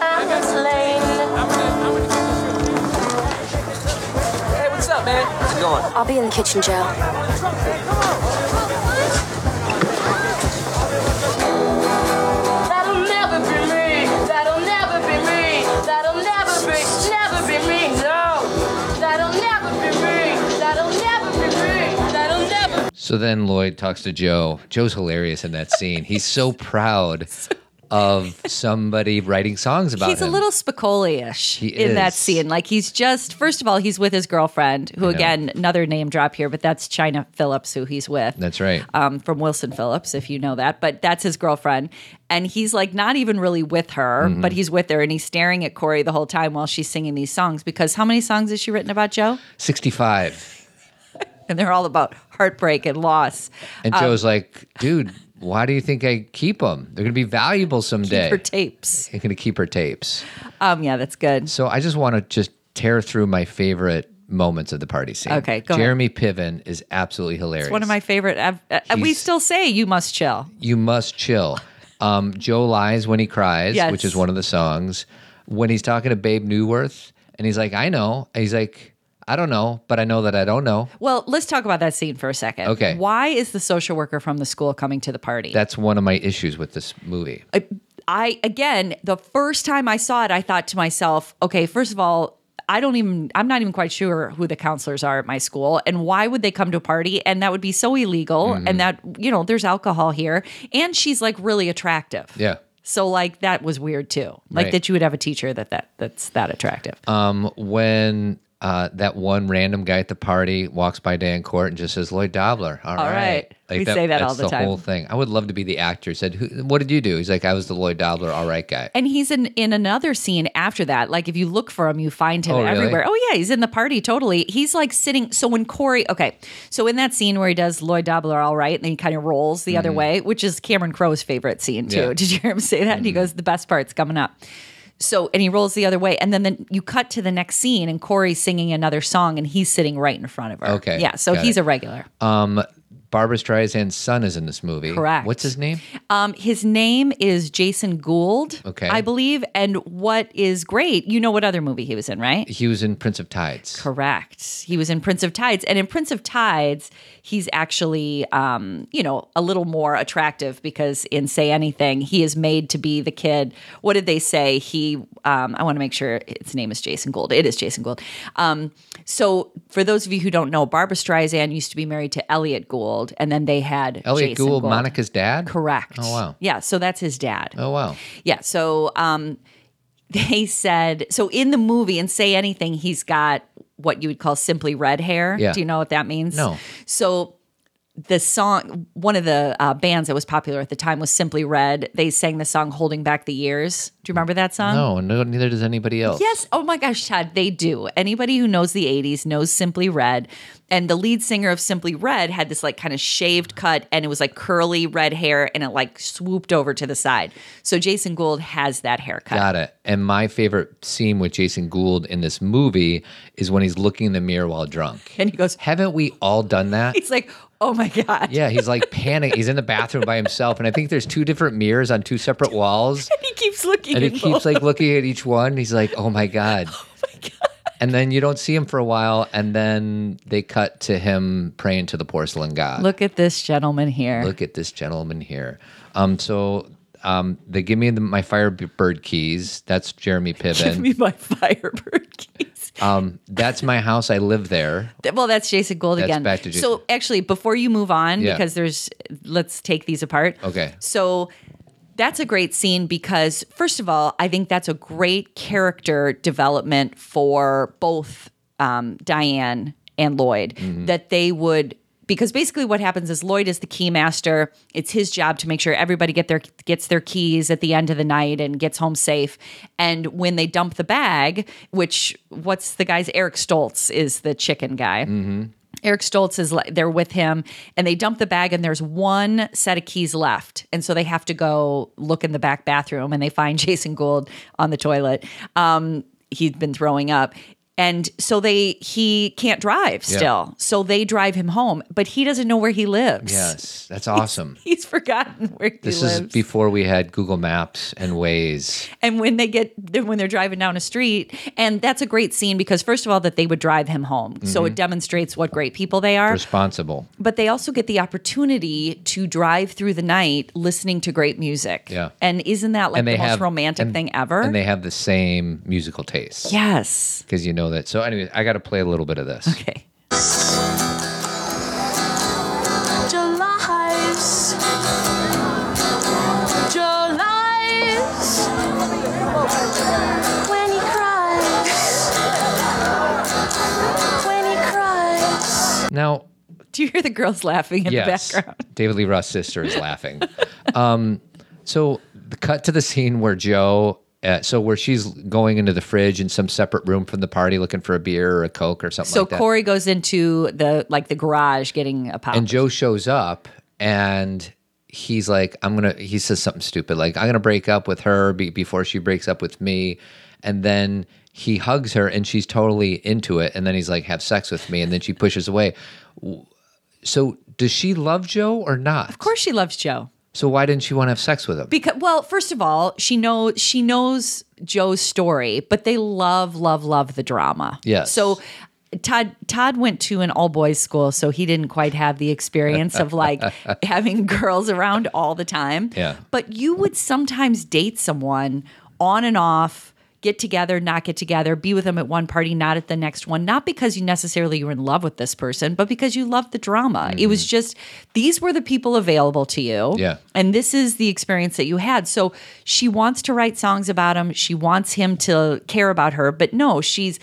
S4: Anna's Lane.
S3: Hey, what's up, man? How's it going?
S4: I'll be in the kitchen, Joe.
S11: That'll never be me. That'll never be me. That'll never be, never be me. No. That'll never be me. That'll never be me. That'll never
S1: So then Lloyd talks to Joe. Joe's hilarious in that scene. He's so proud of somebody writing songs about
S2: he's
S1: him.
S2: a little Spicoli-ish
S1: He
S2: in that
S1: is.
S2: scene. Like he's just first of all, he's with his girlfriend, who again another name drop here, but that's China Phillips, who he's with.
S1: That's right.
S2: um, from Wilson Phillips, if you know that, but that's his girlfriend. And he's like not even really with her, but he's with her and he's staring at Corey the whole time while she's singing these songs because how many songs has she written about Joe?
S1: 65.
S2: And they're all about heartbreak and loss.
S1: And Joe's like, dude, why do you think I keep them? They're going to be valuable someday.
S2: For tapes.
S1: I'm going to keep her tapes.
S2: Um, yeah, that's good.
S1: So I just want to just tear through my favorite moments of the party scene.
S2: Okay, go ahead.
S1: Jeremy Piven is absolutely hilarious.
S2: It's one of my favorite. I've, uh, we
S1: He's-
S2: still say you must chill.
S1: You must chill. Um, Joe lies when he cries,
S2: Yes.
S1: which is one of the songs. When he's talking to Babe Newworth, and he's like, "I know," and he's like, "I don't know, but I know that I don't know."
S2: Well, let's talk about that scene for a second.
S1: Okay.
S2: Why is the social worker from the school coming to the party?
S1: That's one of my issues with this movie.
S2: I, I again, the first time I saw it, I thought to myself, okay, first of all, I don't even, I'm not even quite sure who the counselors are at my school and why would they come to a party? And that would be so illegal.
S1: Mm-hmm.
S2: And that, you know, there's alcohol here. And she's like really attractive.
S1: Yeah.
S2: So like that was weird too. Like
S1: Right.
S2: that you would have a teacher that, that that's that attractive.
S1: Um, when uh, that one random guy at the party walks by Dan Court and just says, "Lloyd Dobler."
S2: All
S1: all right.
S2: right. We say that all
S1: that's
S2: the time.
S1: whole thing. I would love to be the actor. who Said, Who, "What did you do?" He's like, "I was the Lloyd Dobler. All right, guy."
S2: and he's in in another scene after that. Like if you look for him, you find him
S1: Oh, really?
S2: everywhere. Oh yeah, he's in the party totally. He's like sitting. So when Corey, okay, so in that scene where he does Lloyd Dobler all right, and then he kind of rolls the other way, which is Cameron Crowe's favorite scene too.
S1: Mm-hmm. Yeah. Mm-hmm.
S2: Did you hear him say that? And he goes, "The best part's coming up." So and he rolls the other way, and then then you cut to the next scene, and Corey's singing another song, and he's sitting right in front of her.
S1: Okay,
S2: yeah. So
S1: got
S2: he's
S1: it.
S2: a regular.
S1: Um, Barbara Streisand's son is in this movie.
S2: Correct.
S1: What's his name?
S2: Um, his name is Jason Gould,
S1: Okay.
S2: I believe. And what is great, you know what other movie he was in, right?
S1: He was in Prince of Tides.
S2: Correct. He was in Prince of Tides, and in Prince of Tides, he's actually, um, you know, a little more attractive because in Say Anything, he is made to be the kid. What did they say? He, um, I want to make sure its name is Jason Gould. It is Jason Gould. Um, so, for those of you who don't know, Barbara Streisand used to be married to Elliot Gould, and then they had
S1: Elliot
S2: Jason
S1: Gould, Monica's dad.
S2: Correct.
S1: Oh wow.
S2: Yeah, so that's his dad.
S1: Oh wow.
S2: Yeah. So um, they said so in the movie and say anything. He's got what you would call simply red hair.
S1: Yeah.
S2: Do you know what that means?
S1: No.
S2: So the song, one of the uh, bands that was popular at the time was Simply Red. They sang the song "Holding Back the Years." Do you remember that song?
S1: No, no, neither does anybody else.
S2: Yes. Oh my gosh, Todd, they do. Anybody who knows the 80s knows Simply Red. And the lead singer of Simply Red had this like kind of shaved cut and it was like curly red hair and it like swooped over to the side. So Jason Gould has that haircut.
S1: Got it. And my favorite scene with Jason Gould in this movie is when he's looking in the mirror while drunk.
S2: And he goes,
S1: Haven't we all done that?
S2: He's like, oh my God.
S1: Yeah, he's like panic. He's in the bathroom by himself, and I think there's two different mirrors on two separate walls,
S2: He keeps looking
S1: and he
S2: at both.
S1: keeps like looking at each one. He's like, "Oh my god!" And then you don't see him for a while, and then they cut to him praying to the porcelain god.
S2: Look at this gentleman here.
S1: Look at this gentleman here. Um, so um, they give me the, my Firebird keys. That's Jeremy
S2: Give
S1: Piven.
S2: me my Firebird keys.
S1: um, that's my house. I live there.
S2: Th- Well, that's Jason Gold
S1: That's
S2: again.
S1: back to Jason.
S2: So actually, before you move on,
S1: Yeah.
S2: because there's, let's take these apart.
S1: Okay.
S2: So that's a great scene because, first of all, I think that's a great character development for both um, Diane and Lloyd that they would. Because basically, what happens is Lloyd is the key master. It's his job to make sure everybody get their gets their keys at the end of the night and gets home safe. And when they dump the bag, which what's the guy's Eric Stoltz is the chicken guy. Eric Stoltz is like they're with him, and they dump the bag, and there's one set of keys left, and so they have to go look in the back bathroom, and they find Jason Gould on the toilet. Um, he'd been throwing up, and so they he can't drive
S1: Yeah.
S2: still, so they drive him home, but he doesn't know where he lives.
S1: Yes, that's awesome.
S2: He's forgotten where he
S1: This
S2: lives.
S1: is before we had Google Maps and Waze.
S2: and when they get then when they're driving down a street and that's a great scene because first of all that they would drive him home so
S1: Mm-hmm.
S2: it demonstrates what great people they are
S1: Responsible.
S2: but they also get the opportunity to drive through the night listening to great music.
S1: Yeah.
S2: And isn't that like
S1: And
S2: the
S1: they
S2: most
S1: have-
S2: romantic
S1: and-
S2: thing ever?
S1: And they have the same musical taste.
S2: yes.
S1: Because you know that. So, anyway, I got to play a little bit of this.
S2: Okay.
S11: July's. July's. When he cries. When he cries.
S1: Now,
S2: Do you hear the girls laughing in
S1: yes,
S2: the background?
S1: David Lee Roth's sister is laughing. um, so, the cut to the scene where Joe, uh, so where she's going into the fridge in some separate room from the party looking for a beer or a Coke or something
S2: So
S1: like that.
S2: Corey goes into the like the garage getting a pop.
S1: and Joe shows up and he's like, I'm gonna, he says something stupid, like, I'm gonna break up with her be- before she breaks up with me. And then he hugs her and she's totally into it. And then he's like, have sex with me. And then she pushes away. W- So does she love Joe or not?
S2: of course she loves Joe.
S1: So why didn't she want to have sex with him?
S2: Because well, first of all, she knows she knows Joe's story, but they love, love, love the drama.
S1: Yes.
S2: So Todd Todd went to an all boys school, so he didn't quite have the experience of like having girls around all the time.
S1: Yeah.
S2: But you would sometimes date someone on and off, get together, not get together, be with them at one party, not at the next one, not because you necessarily were in love with this person, but because you loved the drama. It was
S1: Mm-hmm.
S2: just these were the people available to you.
S1: Yeah.
S2: And this is the experience that you had. So she wants to write songs about him. She wants him to care about her. But no, she's,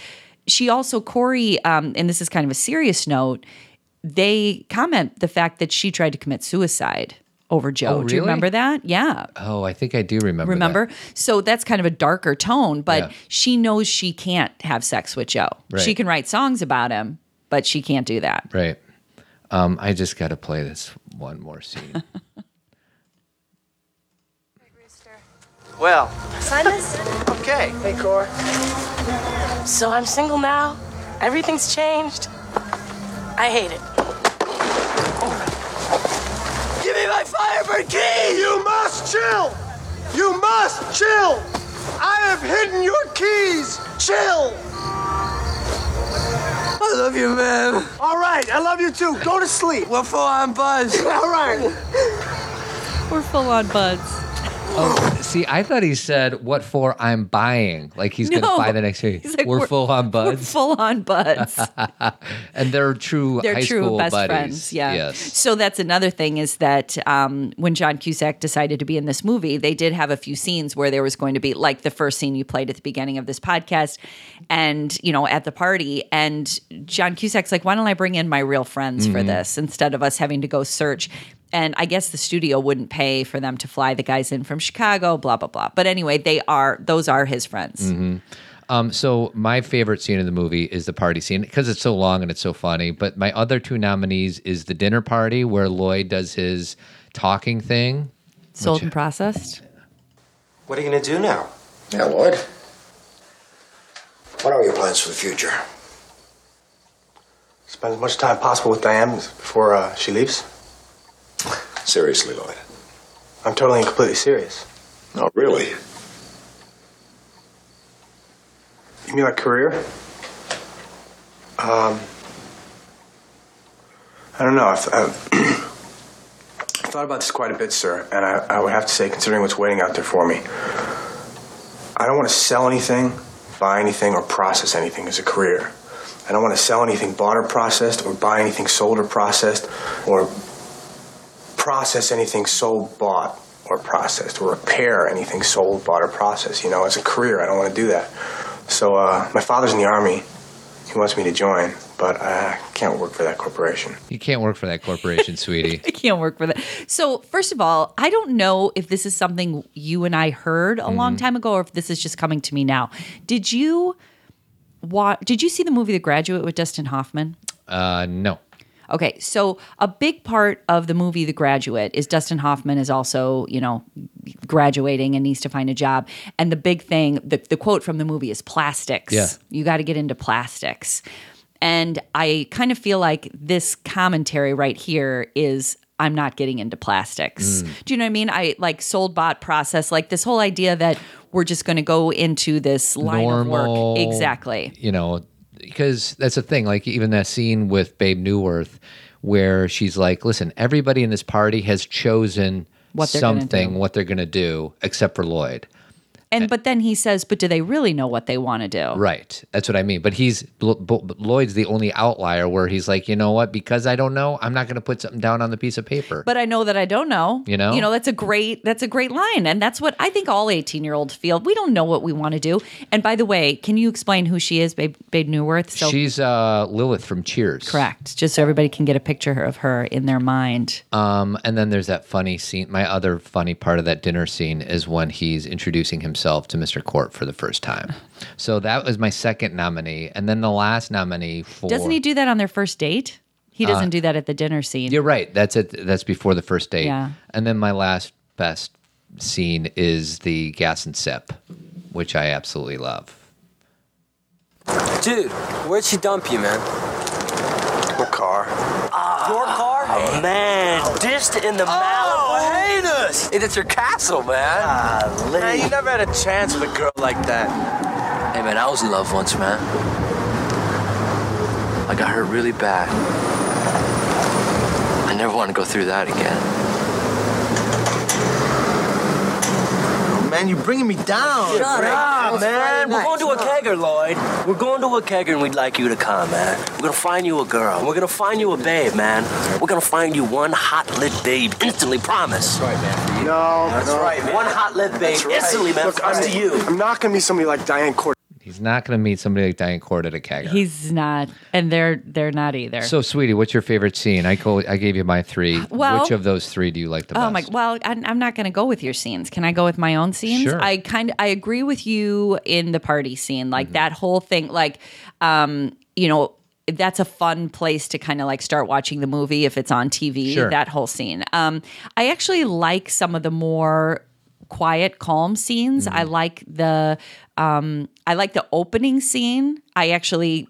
S2: she also, Corey, um, and this is kind of a serious note, they comment the fact that she tried to commit suicide over Joe. Do you
S1: Oh, really?
S2: remember that? Yeah.
S1: oh, I think I do remember. that.
S2: Remember? So that's kind of a darker tone, but
S1: Yeah.
S2: she knows she can't have sex with Joe.
S1: Right.
S2: She can write songs about him, but she can't do that.
S1: Right. Um, I just got to play this one more scene.
S3: Well,
S11: Sign this?
S3: okay.
S5: Hey, Cora.
S11: So I'm single now. Everything's changed. I hate it.
S3: Give me my Firebird key!
S5: You must chill! You must chill! I have hidden your keys! Chill!
S3: I love you, man.
S5: All right, I love you too. Go to sleep.
S3: What for? I'm Buzz.
S5: All right.
S2: We're full on buds.
S1: Oh, see, I thought he said, "What for? I'm buying." Like he's
S2: No.
S1: gonna buy the next year.
S2: He's like,
S1: we're,
S2: "We're-
S1: full on
S2: We're
S1: buds,
S2: full on buds.
S1: and they're true.
S2: They're
S1: high
S2: true
S1: school
S2: best
S1: buddies.
S2: friends. Yeah.
S1: Yes.
S2: So that's another thing is that um, when John Cusack decided to be in this movie, they did have a few scenes where there was going to be like the first scene you played at the beginning of this podcast, and you know at the party, and John Cusack's like, "Why don't I bring in my real friends
S1: Mm-hmm.
S2: for this instead of us having to go search?" And I guess the studio wouldn't pay for them to fly the guys in from Chicago, blah blah blah. But anyway, they are those are his friends.
S1: Um, so my favorite scene in the movie is the party scene because it's so long and it's so funny. But my other two nominees is the dinner party where Lloyd does his talking thing.
S2: Sold and processed.
S12: What are you going to do now?
S13: Yeah, Lloyd. What are your plans for the future?
S12: Spend as much time possible with Diane before uh, she leaves?
S13: Seriously, Lloyd.
S12: I'm totally and completely serious.
S13: No, really.
S12: You mean like career? Um, I don't know. I've, I've I've thought about this quite a bit, sir, and I, I would have to say, considering what's waiting out there for me, I don't want to sell anything, buy anything, or process anything as a career. I don't want to sell anything bought or processed, or buy anything sold or processed, or process anything sold, bought, or processed, or repair anything sold, bought, or processed. You know, as a career, I don't want to do that. So uh, my father's in the army. He wants me to join, but uh, I can't work for that corporation.
S1: You can't work for that corporation, sweetie.
S2: I can't work for that. So, first of all, I don't know if this is something you and I heard a long
S1: Mhm.
S2: time ago or if this is just coming to me now. Did you wa- did you see the movie The Graduate with Dustin Hoffman?
S1: Uh, no.
S2: Okay, so a big part of the movie The Graduate is Dustin Hoffman is also, you know, graduating and needs to find a job. And the big thing, the, the quote from the movie is plastics.
S14: Yeah.
S2: You got to get into plastics. And I kind of feel like this commentary right here is I'm not getting into plastics.
S14: Mm.
S2: Do you know what I mean? I like sold bought process, like this whole idea that we're just going to go into this line
S1: Normal.
S2: of work. Exactly.
S1: You know, because that's the thing. Like even that scene with Babe Newworth, where she's like, "Listen, everybody in this party has chosen
S2: What they're gonna
S1: something, what they're going to do, except for Lloyd."
S2: And but then he says, but do they really know what they want to do?
S1: Right. That's what I mean. But he's L- Bo- Lloyd's the only outlier where he's like, you know what? Because I don't know, I'm not going to put something down on the piece of paper.
S2: but I know that I don't know.
S1: You know?
S2: you know that's a great that's a great line, and that's what I think all eighteen year olds feel. We don't know what we want to do. And by the way, can you explain who she is, Babe, Babe Newworth? So
S1: she's uh, Lilith from Cheers.
S2: correct, just so everybody can get a picture of her in their mind.
S1: Um, and then there's that funny scene. My other funny part of that dinner scene is when he's introducing himself to Mr. Court for the first time. So that was my second nominee, and then the last nominee for
S2: Doesn't he do that on their first date? He doesn't
S1: Uh,
S2: do that at the dinner scene.
S1: You're right. That's it. That's before the first date.
S2: Yeah.
S1: And then my last best scene is the gas and sip, which I absolutely love.
S3: Dude, where'd she dump you, man? Ah. Her car.
S15: Your car?
S3: Oh,
S15: man, dissed in the Malibu.
S3: Heinous! Hey, that's your castle, man. Man, you never had a chance with a girl like that. Hey, man, I was in love once, man. I got hurt really bad. I never want to go through that again.
S5: Man, you're bringing me down.
S15: Shut up, man. We're going to a kegger, Lloyd. We're going to a kegger and we'd like you to come, man. We're gonna find you a girl. We're gonna find you a babe, man. We're gonna find you one hot lit babe instantly, promise. That's right, man.
S5: No,
S15: That's
S5: no.
S15: right, man. One hot lit babe
S5: That's right.
S15: instantly, man.
S5: Look,
S15: Look, I'm to you.
S5: I'm not gonna be somebody like Diane Court.
S1: He's not going to meet somebody like Diane Cord at a kegger.
S2: He's not, and they're they're not either.
S1: So, sweetie, what's your favorite scene? I co- I gave you my three.
S2: Well-
S1: Which of those three do you like the
S2: oh
S1: best?
S2: my well I'm, I'm not going to go with your scenes can i go with my own scenes
S1: Sure.
S2: i kind of i agree with you in the party scene
S1: Mm-hmm.
S2: like that whole thing like um you know that's a fun place to kind of like start watching the movie if it's on tv
S14: Sure.
S2: that whole scene um i actually like some of the more quiet calm scenes
S1: Mm-hmm.
S2: i like the um i like the opening scene i actually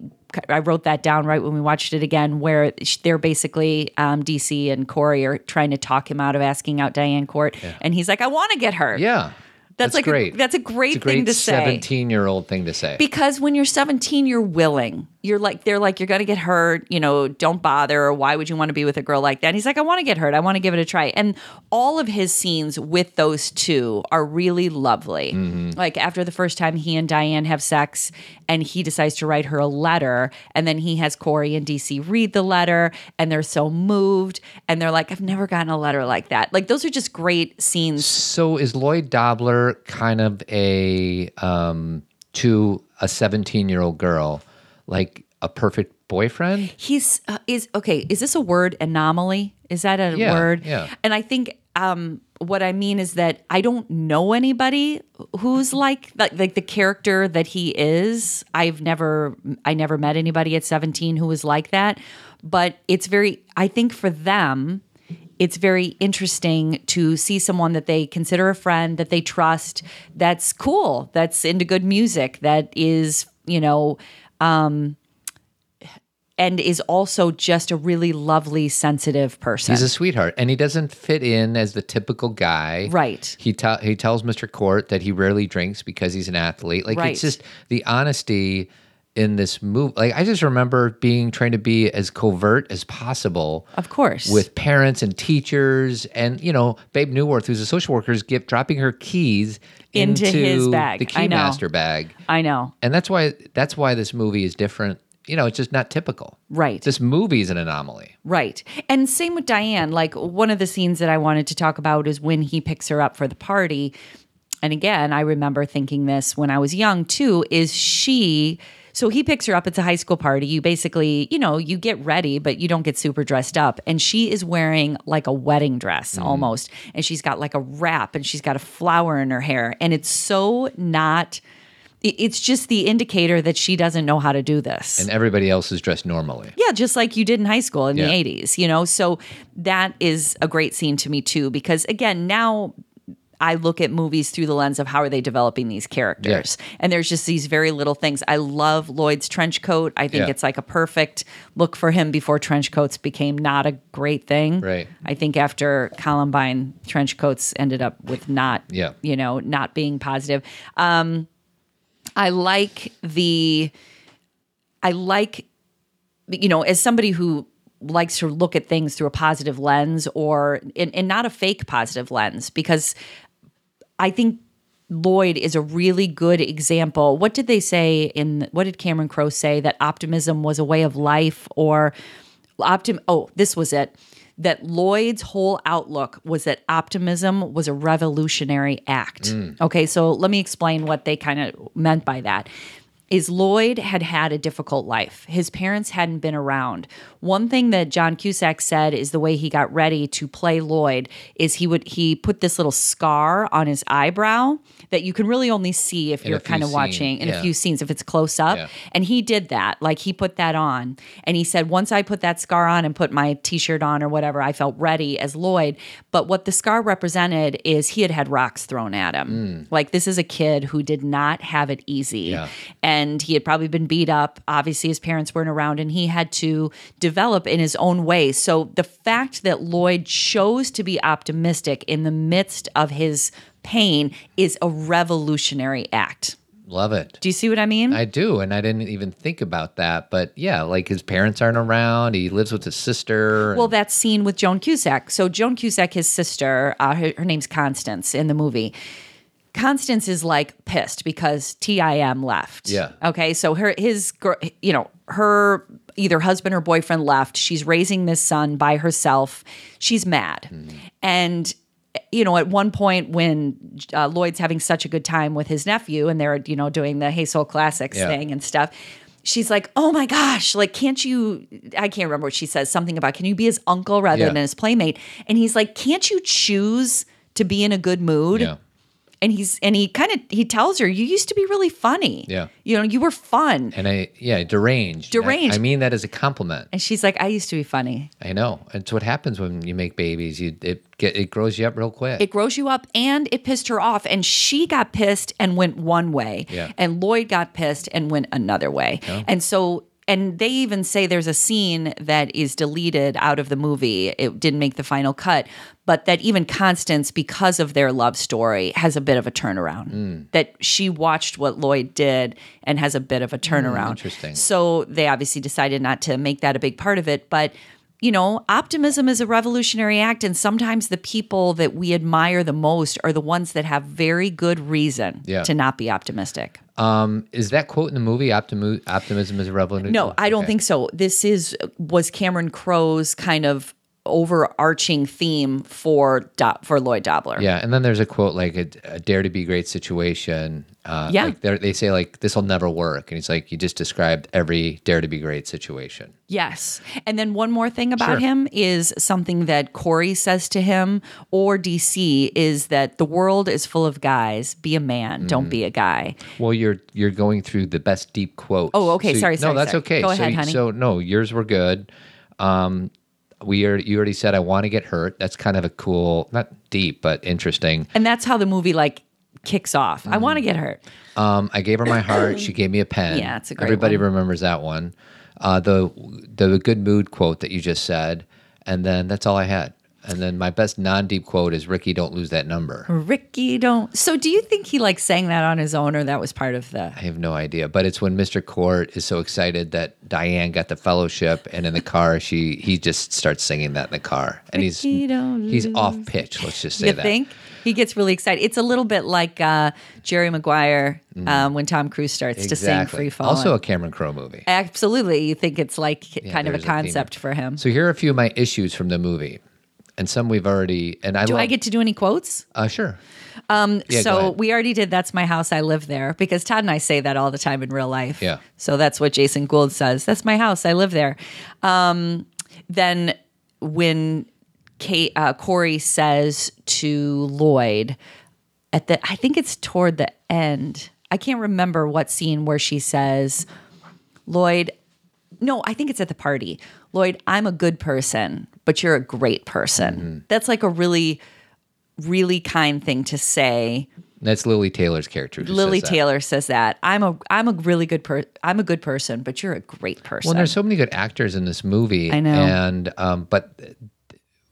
S2: I wrote that down right when we watched it again, where sh- they're basically um, DC and Corey are trying to talk him out of asking out Diane Court, and he's like, "I want to get her."
S1: Yeah,
S2: that's,
S1: That's
S2: like
S1: great.
S2: A, that's a great
S1: it's a
S2: thing
S1: great
S2: to say
S1: seventeen-year-old thing to say.
S2: because when you're 17, you're willing. you're like they're like you're gonna get hurt you know don't bother or why would you want to be with a girl like that and he's like i want to get hurt i want to give it a try and all of his scenes with those two are really lovely like after the first time he and diane have sex and he decides to write her a letter and then he has corey and dc read the letter and they're so moved and they're like i've never gotten a letter like that like those are just great scenes
S1: So is Lloyd Dobler kind of a um, to a seventeen-year-old girl like a perfect boyfriend?
S2: He's uh, is okay. Is this a word anomaly? Is that a
S1: Yeah,
S2: word?
S1: yeah.
S2: And I think um, what I mean is that I don't know anybody who's like like, like the character that he is. I've never I never met anybody at seventeen who was like that. But it's very I think for them. It's very interesting to see someone that they consider a friend, that they trust, that's cool, that's into good music, that is, you know, um, and is also just a really lovely, sensitive person.
S1: He's a sweetheart, and he doesn't fit in as the typical guy.
S2: Right.
S1: He te- he tells Mr. Court that he rarely drinks because he's an athlete. Like
S2: Right.
S1: it's just the honesty in this movie. Like I just remember being trying to be as covert as possible.
S2: Of course.
S1: With parents and teachers, and you know, Babe Newworth, who's a social worker, is give, dropping her keys
S2: Into his bag.
S1: the
S2: I know.
S1: keymaster bag,
S2: I know.
S1: and that's why that's why this movie is different. You know, it's just not typical.
S2: Right.
S1: This movie is an anomaly.
S2: Right. And same with Diane. Like one of the scenes that I wanted to talk about is when he picks her up for the party. And again, I remember thinking this when I was young too is she so he picks her up it's a high school party. You basically, you know, you get ready, but you don't get super dressed up. And she is wearing like a wedding dress almost. And she's got like a wrap and she's got a flower in her hair. And it's so not it- it's just the indicator that she doesn't know how to do this.
S1: and everybody else is dressed normally.
S2: Yeah, just like you did in high school in
S1: Yeah.
S2: the 80s, you know? So that is a great scene to me, too, because again, now I look at movies through the lens of how are they developing these characters. And there's just these very little things. I love Lloyd's trench coat. I think
S1: Yeah.
S2: it's like a perfect look for him before trench coats became not a great thing.
S1: Right.
S2: I think after Columbine, trench coats ended up with not,
S1: Yeah.
S2: you know, not being positive. Um, I like the, I like, you know, as somebody who likes to look at things through a positive lens or, and, and not a fake positive lens, because I think Lloyd is a really good example. What did they say in what did Cameron Crowe say that optimism was a way of life or optim oh, this was it. That Lloyd's whole outlook was that optimism was a revolutionary act.
S14: Mm.
S2: Okay, so let me explain what they kind of meant by that. Is Lloyd had had a difficult life. His parents hadn't been around. One thing that John Cusack said is the way he got ready to play Lloyd is he would he put this little scar on his eyebrow that you can really only see if
S14: In a
S2: you're
S14: few
S2: kind of
S14: scene-
S2: watching in
S14: yeah.
S2: a few scenes if it's close up.
S14: Yeah.
S2: And he did that. Like he put that on. And he said, once I put that scar on and put my t shirt on or whatever, I felt ready as Lloyd. But what the scar represented is he had had rocks thrown at
S14: Hmm.
S2: him. Like this is a kid who did not have it easy. And he had probably been beat up. Obviously, his parents weren't around and he had to develop in his own way. So the fact that Lloyd chose to be optimistic in the midst of his pain is a revolutionary act.
S1: Love it.
S2: Do you see what I mean?
S1: I do, and I didn't even think about that. But yeah, like his parents aren't around. He lives with his sister.
S2: Well, that scene with Joan Cusack. So Joan Cusack, his sister, uh, her, her name's Constance in the movie. Constance is like pissed because Tim left.
S1: Yeah.
S2: Okay. So her his gr- you know her either husband or boyfriend left. She's raising this son by herself. She's mad, and you know at one point when uh, Lloyd's having such a good time with his nephew and they're you know doing the Hey Soul Classics
S14: Yeah.
S2: thing and stuff. She's like, oh my gosh, like, can't you? I can't remember what she says, something about can you be his uncle rather
S14: Yeah.
S2: than his playmate? And he's like, can't you choose to be in a good mood?
S1: Yeah.
S2: And he's, and he kind of, he tells her, you used to be really funny.
S1: yeah,
S2: You know, you were fun.
S1: and I yeah deranged. I-
S2: Deranged.
S1: I, mean that as a compliment.
S2: And she's like, I used to be funny.
S1: I know. It's what happens when you make babies. You it get it grows you up real quick.
S2: It grows you up and it pissed her off. And she got pissed and went one way.
S1: Yeah.
S2: And Lloyd got pissed and went another way. And so, and they even say there's a scene that is deleted out of the movie. It didn't make the final cut, but that even Constance, because of their love story, has a bit of a turnaround.
S1: Hmm.
S2: That she watched what Lloyd did and has a bit of a turnaround.
S1: Hmm, interesting.
S2: So they obviously decided not to make that a big part of it, but you know, optimism is a revolutionary act, and sometimes the people that we admire the most are the ones that have very good reason
S1: Yeah.
S2: to not be optimistic.
S1: Um, is that quote in the movie "Optimu- optimism is a revolution"?
S2: No, I don't think so. This is was Cameron Crowe's kind of overarching theme for Do- for Lloyd Dobler.
S1: Yeah, and then there's a quote like a, a dare to be great situation. Uh,
S2: Yeah.
S1: like they're- they say like this will never work, and he's like, you just described every dare to be great situation.
S2: Yes. And then one more thing
S1: Sure.
S2: about him is something that Corey says to him or DC is that the world is full of guys. Be a man.
S1: Mm.
S2: Don't be a guy.
S1: Well, you're you're going through the best deep quotes.
S2: Oh, okay.
S1: So you-
S2: Sorry, sorry,
S1: No, that's
S2: sorry.
S1: okay.
S2: Go
S1: so,
S2: ahead,
S1: you-
S2: honey.
S1: So no, yours were good. Um, we are, you already said I want to get hurt. That's kind of a cool, not deep, but interesting.
S2: And that's how the movie like kicks off.
S1: Mm.
S2: I want to get hurt.
S1: Um, I gave her my heart. She gave me a pen.
S2: Yeah, it's a great
S1: Everybody
S2: one.
S1: remembers that one. Uh, the the good mood quote that you just said, and then that's all I had. And then my best non deep quote is Ricky, don't lose that number.
S2: Ricky don't. So do you think he like sang that on his own or that was part of the
S1: I have no idea, but it's when Mr. Court is so excited that Diane got the fellowship, and in the car, she he just starts singing that in the car, and he's
S2: Ricky, don't
S1: he's
S2: lose
S1: off pitch. Let's just say
S2: you
S1: that.
S2: think he gets really excited? It's a little bit like uh, Jerry Maguire um, when Tom Cruise starts to sing
S1: Mm. Exactly.
S2: "Free Fall."
S1: Also a Cameron Crowe movie.
S2: absolutely, you think it's like kind of a
S1: there's a theme.
S2: concept for him.
S1: So here are a few of my issues from the movie, and some we've already. And I
S2: do I
S1: love-
S2: get to do any quotes?
S1: Uh, sure.
S2: Um,
S1: Yeah, go
S2: so
S1: ahead.
S2: we already did. That's my house. I live there because Todd and I say that all the time in real life.
S1: Yeah.
S2: So that's what Jason Gould says. That's my house. I live there. Um, then when Kate uh, Corey says to Lloyd at the, I think it's toward the end. I can't remember what scene where she says, Lloyd, no, I think it's at the party. Lloyd, I'm a good person, but you're a great person. That's like a really, really kind thing to say.
S1: That's Lily Taylor's character. who
S2: Lily
S1: says that.
S2: Taylor says that I'm a I'm a really good per I'm a good person, but you're a great person.
S1: Well, and there's so many good actors in this movie.
S2: I know.
S1: And um, but th-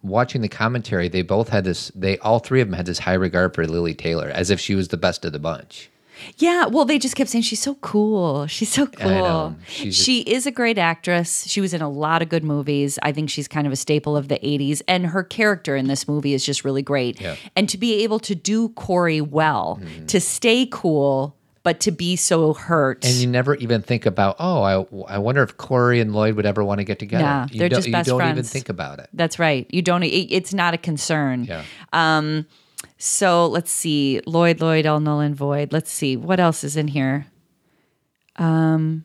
S1: watching the commentary, they both had this. They all three of them had this high regard for Lily Taylor, as if she was the best of the bunch.
S2: yeah, well, they just kept saying she's so cool. She's so cool.
S1: know. She's a-
S2: she is a great actress. She was in a lot of good movies. I think she's kind of a staple of the '80s, and her character in this movie is just really great.
S1: Yeah. Mm-hmm.
S2: And to be able to do Corey well, to stay cool, but to be so hurt.
S1: And you never even think about, oh, I, I wonder if Corey and Lloyd would ever want to get together.
S2: Yeah,
S1: you
S2: they're
S1: don't,
S2: just
S1: you
S2: best
S1: don't even
S2: friends.
S1: think about it.
S2: That's right. You don't. It, it's not a concern.
S1: Yeah.
S2: Um. So let's see. Lloyd, Lloyd, all null and void. Let's see what else is in here. Um.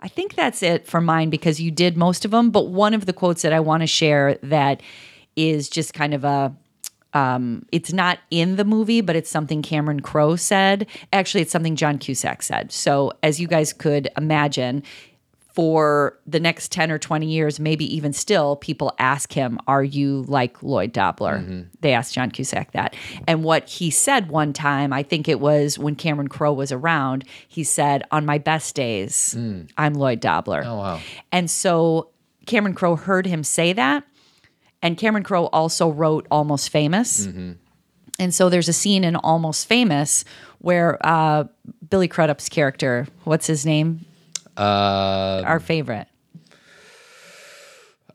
S2: I think that's it for mine because you did most of them. But one of the quotes that I want to share that is just kind of a. Um, it's not in the movie, but it's something Cameron Crowe said. Actually, it's something John Cusack said. So, as you guys could imagine, for the next 10 or 20 years, maybe even still, people ask him, Are you like Lloyd Dobler?
S1: Mm-hmm.
S2: They asked John Cusack that. And what he said one time, I think it was when Cameron Crowe was around, he said, On my best days, I'm Lloyd Dobler.
S1: Mm. Oh wow.
S2: And so Cameron Crowe heard him say that. And Cameron Crowe also wrote Almost Famous. And so there's a scene in Almost Famous where uh, Billy Crudup's character, what's his name?
S1: Uh,
S2: Our favorite.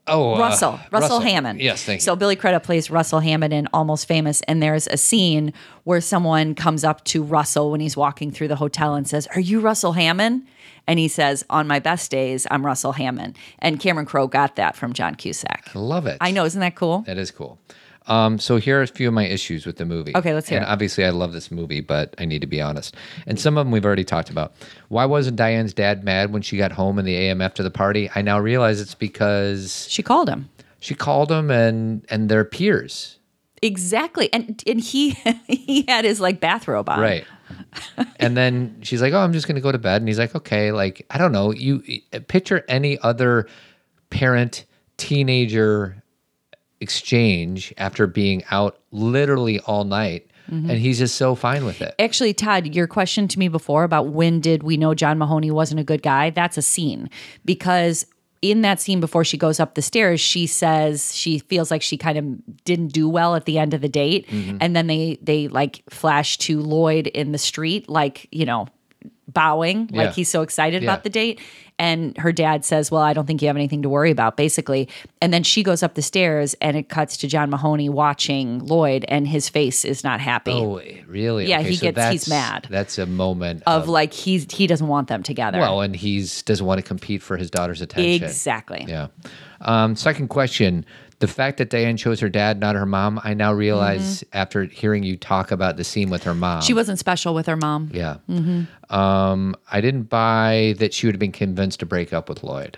S1: oh, uh,
S2: Russell, Russell, Hammond.
S1: Yes, thank you.
S2: So Billy Crudup plays Russell Hammond in Almost Famous, and there's a scene where someone comes up to Russell when he's walking through the hotel and says, "Are you Russell Hammond?" And he says, "On my best days, I'm Russell Hammond." And Cameron Crowe got that from John Cusack.
S1: I love it.
S2: I know, isn't that cool?
S1: That is cool. Um, so here are a few of my issues with the movie.
S2: Okay, let's hear
S1: And
S2: it.
S1: obviously, I love this movie, but I need to be honest. And some of them we've already talked about. Why wasn't Diane's dad mad when she got home in the AM after the party? I now realize it's because
S2: she called him.
S1: She called him, and and they're peers,
S2: Exactly. And and he he had his like bathrobe on.
S1: right? Um, and then she's like, "Oh, I'm just going to go to bed," and he's like, "Okay." Like I don't know. You uh, picture any other parent teenager exchange after being out literally all night
S2: Mm-hmm.
S1: and he's just so fine with it.
S2: Actually, Todd, your question to me before about when did we know John Mahoney wasn't a good guy, that's a scene because in that scene before she goes up the stairs, she says she feels like she kind of didn't do well at the end of the date.
S14: Mhm.
S2: And then they they like flash to Lloyd in the street, like, you know, bowing,
S14: Yeah.
S2: like he's so excited
S14: Yeah.
S2: about the date. And her dad says, Well, I don't think you have anything to worry about, basically. And then she goes up the stairs and it cuts to John Mahoney watching Lloyd and his face is not happy.
S1: Oh, really?
S2: Yeah,
S1: Okay,
S2: he
S1: so
S2: gets
S1: that's-
S2: he's mad
S1: That's a moment
S2: of like he's he doesn't want them together.
S1: Well, and he's doesn't want to compete for his daughter's attention.
S2: Exactly.
S1: Yeah. Um, second question: The fact that Diane chose her dad, not her mom, I now realize after hearing you talk about the scene with her mom.
S2: Mm-hmm. she wasn't special with her mom.
S1: Yeah.
S2: hmm
S1: Um, I didn't buy that she would have been convinced to break up with Lloyd.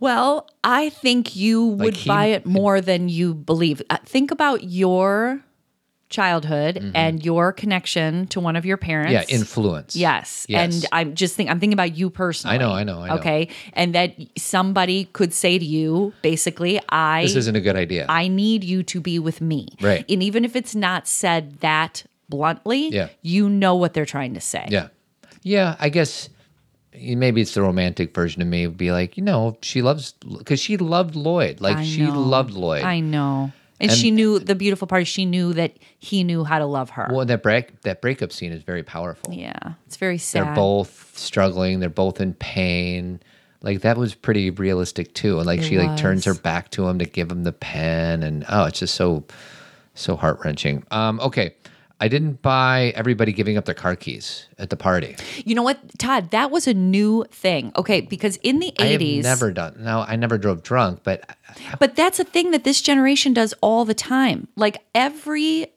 S2: Well, I think you would
S1: he-
S2: buy it more than you believe. Uh, Think about your childhood
S1: Mhm.
S2: and your connection to one of your parents.
S1: Yeah, influence.
S2: Yes.
S1: Yes.
S2: And I'm just think I'm thinking about you personally.
S1: I know, I know, I know.
S2: Okay. And that somebody could say to you, basically, I
S1: this isn't a good idea.
S2: I need you to be with me.
S1: Right.
S2: And even if it's not said that bluntly,
S1: Yeah.
S2: you know what they're trying to say.
S1: yeah. Yeah, I guess y- maybe it's the romantic version of me would be like, you know, she loves because she loved Lloyd. Like
S2: I
S1: she
S2: know.
S1: loved Lloyd.
S2: I know. And,
S1: And-
S2: she knew the beautiful part is she knew that he knew how to love her.
S1: Well, that break that breakup scene is very powerful.
S2: yeah. It's very sad.
S1: They're both struggling. They're both in pain. Like that was pretty realistic too. And like
S2: It
S1: she like turns her
S2: was.
S1: back to him to give him the pen, and oh, it's just so so heart wrenching. Um, okay, I didn't buy everybody giving up their car keys at the party.
S2: You know what, Todd? That was a new thing. Okay, because in the
S1: I have
S2: eighties,
S1: never done. No, I never drove drunk, but
S2: but that's a thing that this generation does all the time. Like every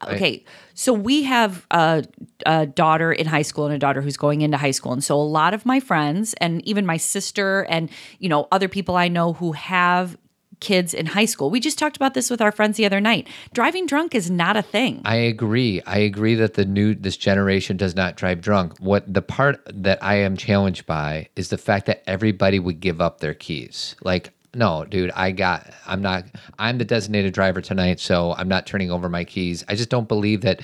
S1: I-
S2: okay, so we have a, a daughter in high school and a daughter who's going into high school, and so a lot of my friends and even my sister and you know other people I know who have kids in high school. We just talked about this with our friends the other night. Driving drunk is not a thing.
S1: I agree. I agree that the new this generation does not drive drunk. What the part that I am challenged by is the fact that everybody would give up their keys. Like, no, dude, I got I'm not I'm the designated driver tonight, so I'm not turning over my keys. I just don't believe that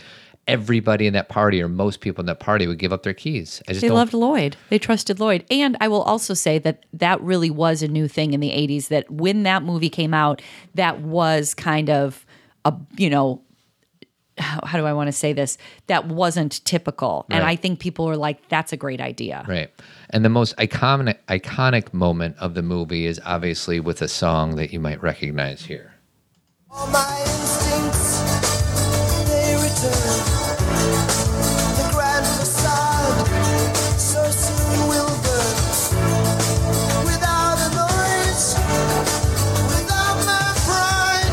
S1: everybody in that party or most people in that party would give up their keys. I just
S2: they
S1: don't
S2: loved Lloyd. They trusted Lloyd. And I will also say that that really was a new thing in the 80s that when that movie came out, that was kind of a, you know, how how do I want to say this? That wasn't typical. And
S1: Right.
S2: I think people were like, that's a great idea.
S1: Right. And the most iconic iconic moment of the movie is obviously with a song that you might recognize here.
S16: They return. The grand facade so soon will burn. Without a noise, without my pride,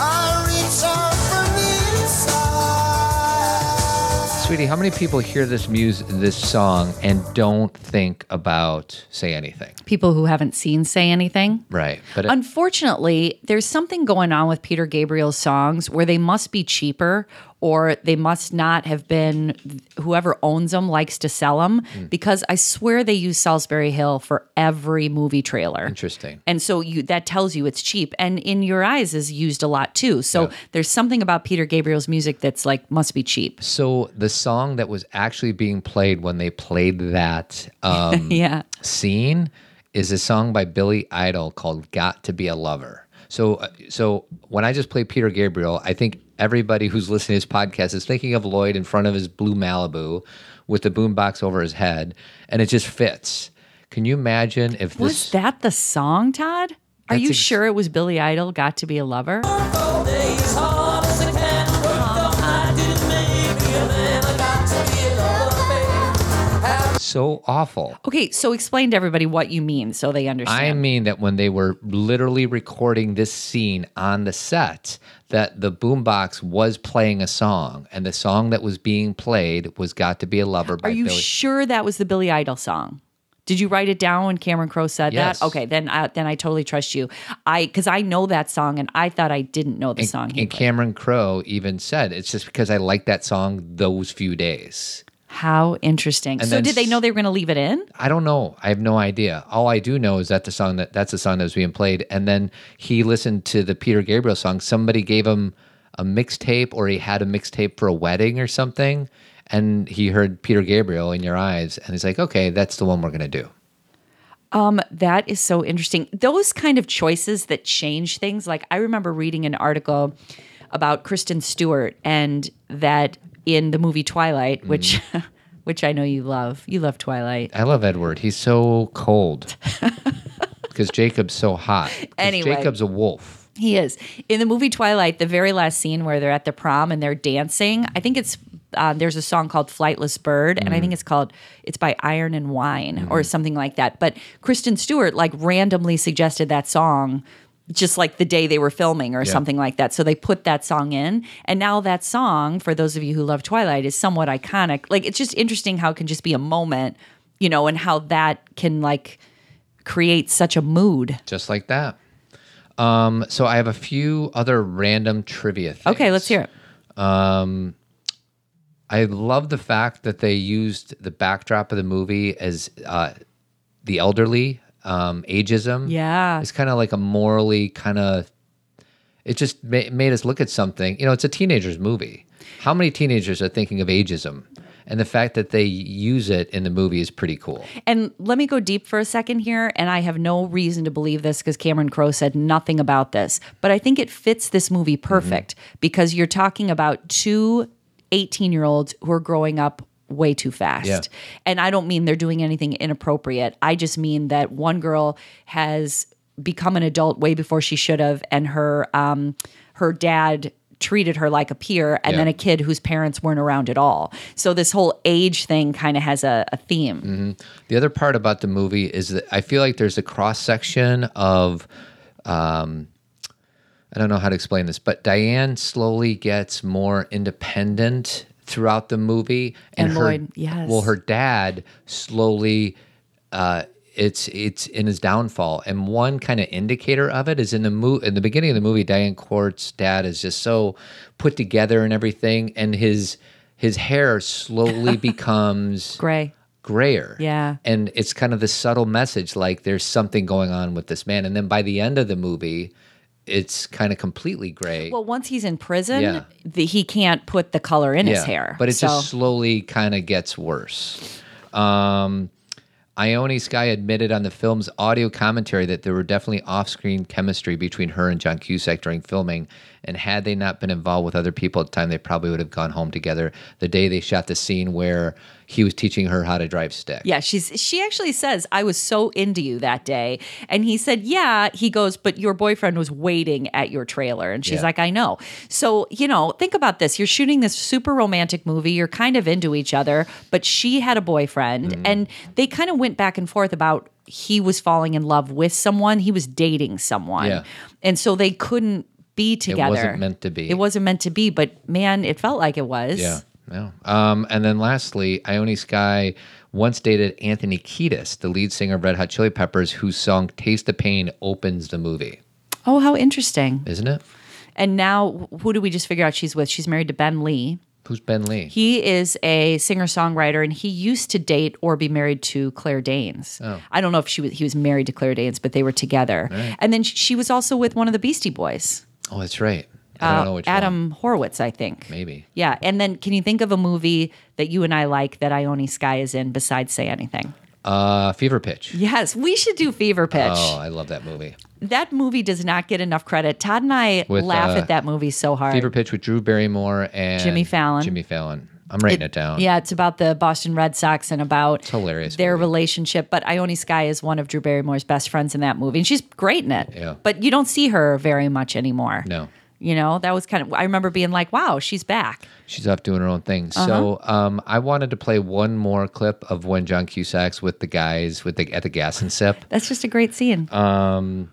S16: I reach out from the inside.
S1: Sweetie, how many people hear this muse this song and don't think about say anything?
S2: People who haven't seen Say Anything.
S1: Right. But it-
S2: Unfortunately, there's something going on with Peter Gabriel's songs where they must be cheaper or they must not have been whoever owns them likes to sell them
S1: Hmm.
S2: because I swear they use Salisbury Hill for every movie trailer.
S1: Interesting.
S2: And so you that tells you it's cheap and In Your Eyes is used a lot too. So there's something about Peter Gabriel's music that's like must be cheap.
S1: so the song that was actually being played when they played that um,
S2: Yeah.
S1: scene is a song by Billy Idol called "Got to Be a Lover." So, uh, so when I just play Peter Gabriel, I think everybody who's listening to this podcast is thinking of Lloyd in front of his blue Malibu with the boombox over his head, and it just fits. Can you imagine if this
S2: Was that the song, Todd? Are
S1: That's
S2: you
S1: ex-
S2: sure it was Billy Idol got to be a lover?
S16: As hard as I can, work though I did maybe, and then I got to be a lover, babe.
S1: so awful?
S2: Okay, so explain to everybody what you mean so they understand.
S1: I mean that when they were literally recording this scene on the set, that the boombox was playing a song, and the song that was being played was "Got to Be a Lover" by
S2: Are you
S1: Billy.
S2: sure that was the Billy Idol song? Did you write it down when Cameron Crowe said
S1: Yes.
S2: that? Okay, then I, then I totally trust you. I because I know that song and I thought I didn't know the
S1: and,
S2: song.
S1: and Cameron Crowe even said, "It's just because I liked that song those few days."
S2: How interesting.
S1: And
S2: so
S1: then
S2: did they know they were going to leave it in?
S1: I don't know. I have no idea. All I do know is that the song that that's the song that was being played, and then he listened to the Peter Gabriel song. Somebody gave him a mixtape or he had a mixtape for a wedding or something, and he heard Peter Gabriel in your eyes, and he's like, okay, that's the one we're gonna do.
S2: Um, that is so interesting. Those kind of choices that change things. Like I remember reading an article about Kristen Stewart and that in the movie Twilight,
S1: Mm-hmm.
S2: which which I know you love. You love Twilight.
S1: I love Edward. He's so cold because Jacob's so hot. 'Cause
S2: Anyway.
S1: Jacob's a wolf.
S2: He is. In the movie Twilight, the very last scene where they're at the prom and they're dancing, I think it's uh, there's a song called Flightless Bird, and I think it's called it's by Iron and Wine or something like that. But Kristen Stewart like randomly suggested that song just like the day they were filming or
S14: Yeah.
S2: something like that. So they put that song in. And now that song, for those of you who love Twilight, is somewhat iconic. Like it's just interesting how it can just be a moment, you know, and how that can like create such a mood.
S1: Just like that. Um, so I have a few other random trivia things.
S2: Okay, let's hear it.
S1: Um, I love the fact that they used the backdrop of the movie as uh, the elderly, um, ageism.
S2: Yeah.
S1: It's kind of like a morally kind of, it just ma- made us look at something. You know, it's a teenager's movie. How many teenagers are thinking of ageism? And the fact that they use it in the movie is pretty cool.
S2: And let me go deep for a second here. And I have no reason to believe this because Cameron Crowe said nothing about this. But I think it fits this movie perfect
S14: Mm-hmm.
S2: because you're talking about two 18 year olds who are growing up way too fast.
S14: Yeah.
S2: And I don't mean they're doing anything inappropriate. I just mean that one girl has become an adult way before she should have, and her um, her dad treated her like a peer, and
S14: Yeah.
S2: then a kid whose parents weren't around at all. So this whole age thing kind of has a, a theme.
S14: Mm-hmm.
S1: hmm The other part about the movie is that I feel like there's a cross section of, um, I don't know how to explain this, but Diane slowly gets more independent throughout the movie,
S2: And
S1: her
S2: Lloyd, yes.
S1: well, her dad slowly. Uh, it's it's in his downfall, and one kind of indicator of it is in the mo- in the beginning of the movie. Diane Court's dad is just so put together and everything, and his his hair slowly becomes
S2: gray,
S1: grayer.
S2: Yeah.
S1: And it's kind of the subtle message like there's something going on with this man. And then by the end of the movie, it's kind of completely gray.
S2: Well, once he's in prison,
S1: Yeah.
S2: the, he can't put the color in his
S1: Yeah,
S2: hair.
S1: But it
S2: so.
S1: just slowly kind of gets worse. Um, Ione Sky admitted on the film's audio commentary that there were definitely off screen chemistry between her and John Cusack during filming. And had they not been involved with other people at the time, they probably would have gone home together the day they shot the scene where he was teaching her how to drive stick.
S2: yeah, she's she actually says I was so into you that day, and he said, "Yeah." He goes, "But your boyfriend was waiting at your trailer," and she's
S14: Yeah.
S2: like, "I know." So you know, think about this: you're shooting this super romantic movie, you're kind of into each other, but she had a boyfriend,
S1: Mm.
S2: and they kind of went back and forth about he was falling in love with someone, he was dating someone,
S1: Yeah.
S2: and so they couldn't be together.
S1: wasn't meant to be.
S2: It wasn't meant to be, but man, it felt like it was.
S1: Yeah. No. Um, and then lastly, Ione Sky once dated Anthony Kiedis, the lead singer of Red Hot Chili Peppers, whose song "Taste the Pain" opens the movie,
S2: Oh, how interesting.
S1: isn't it?
S2: And now, who do we just figure out she's with? She's married to Ben Lee.
S1: Who's Ben Lee?
S2: He is a singer songwriter, and he used to date or be married to Claire Danes.
S1: Oh.
S2: I don't know if she was, he was married to Claire Danes, but they were together.
S1: All right.
S2: And then she- she was also with one of the Beastie Boys,
S1: Oh, that's right. I don't
S2: uh,
S1: know which one.
S2: Adam Horowitz, I think.
S1: Maybe.
S2: Yeah. And then, can you think of a movie that you and I like that Ione Sky is in besides Say Anything?
S1: Uh, Fever Pitch.
S2: Yes, we should do Fever Pitch.
S1: Oh, I love that movie.
S2: That movie does not get enough credit. Todd and I
S1: With,
S2: laugh
S1: uh,
S2: at that movie so hard.
S1: Fever Pitch with Drew Barrymore and
S2: Jimmy Fallon.
S1: Jimmy Fallon. I'm writing it, down.
S2: Yeah, it's about the Boston Red Sox and about
S1: It's hilarious.
S2: their relationship. But Ione Sky is one of Drew Barrymore's best friends in that movie, and she's great in it.
S1: Yeah.
S2: But you don't see her very much anymore.
S1: No.
S2: You know, that was kind of. I remember being like, "Wow, she's back."
S1: She's off doing her own thing. So
S2: Uh-huh.
S1: um, I wanted to play one more clip of when John Cusack's with the guys with the at the gas and sip.
S2: That's just a great scene.
S1: Um,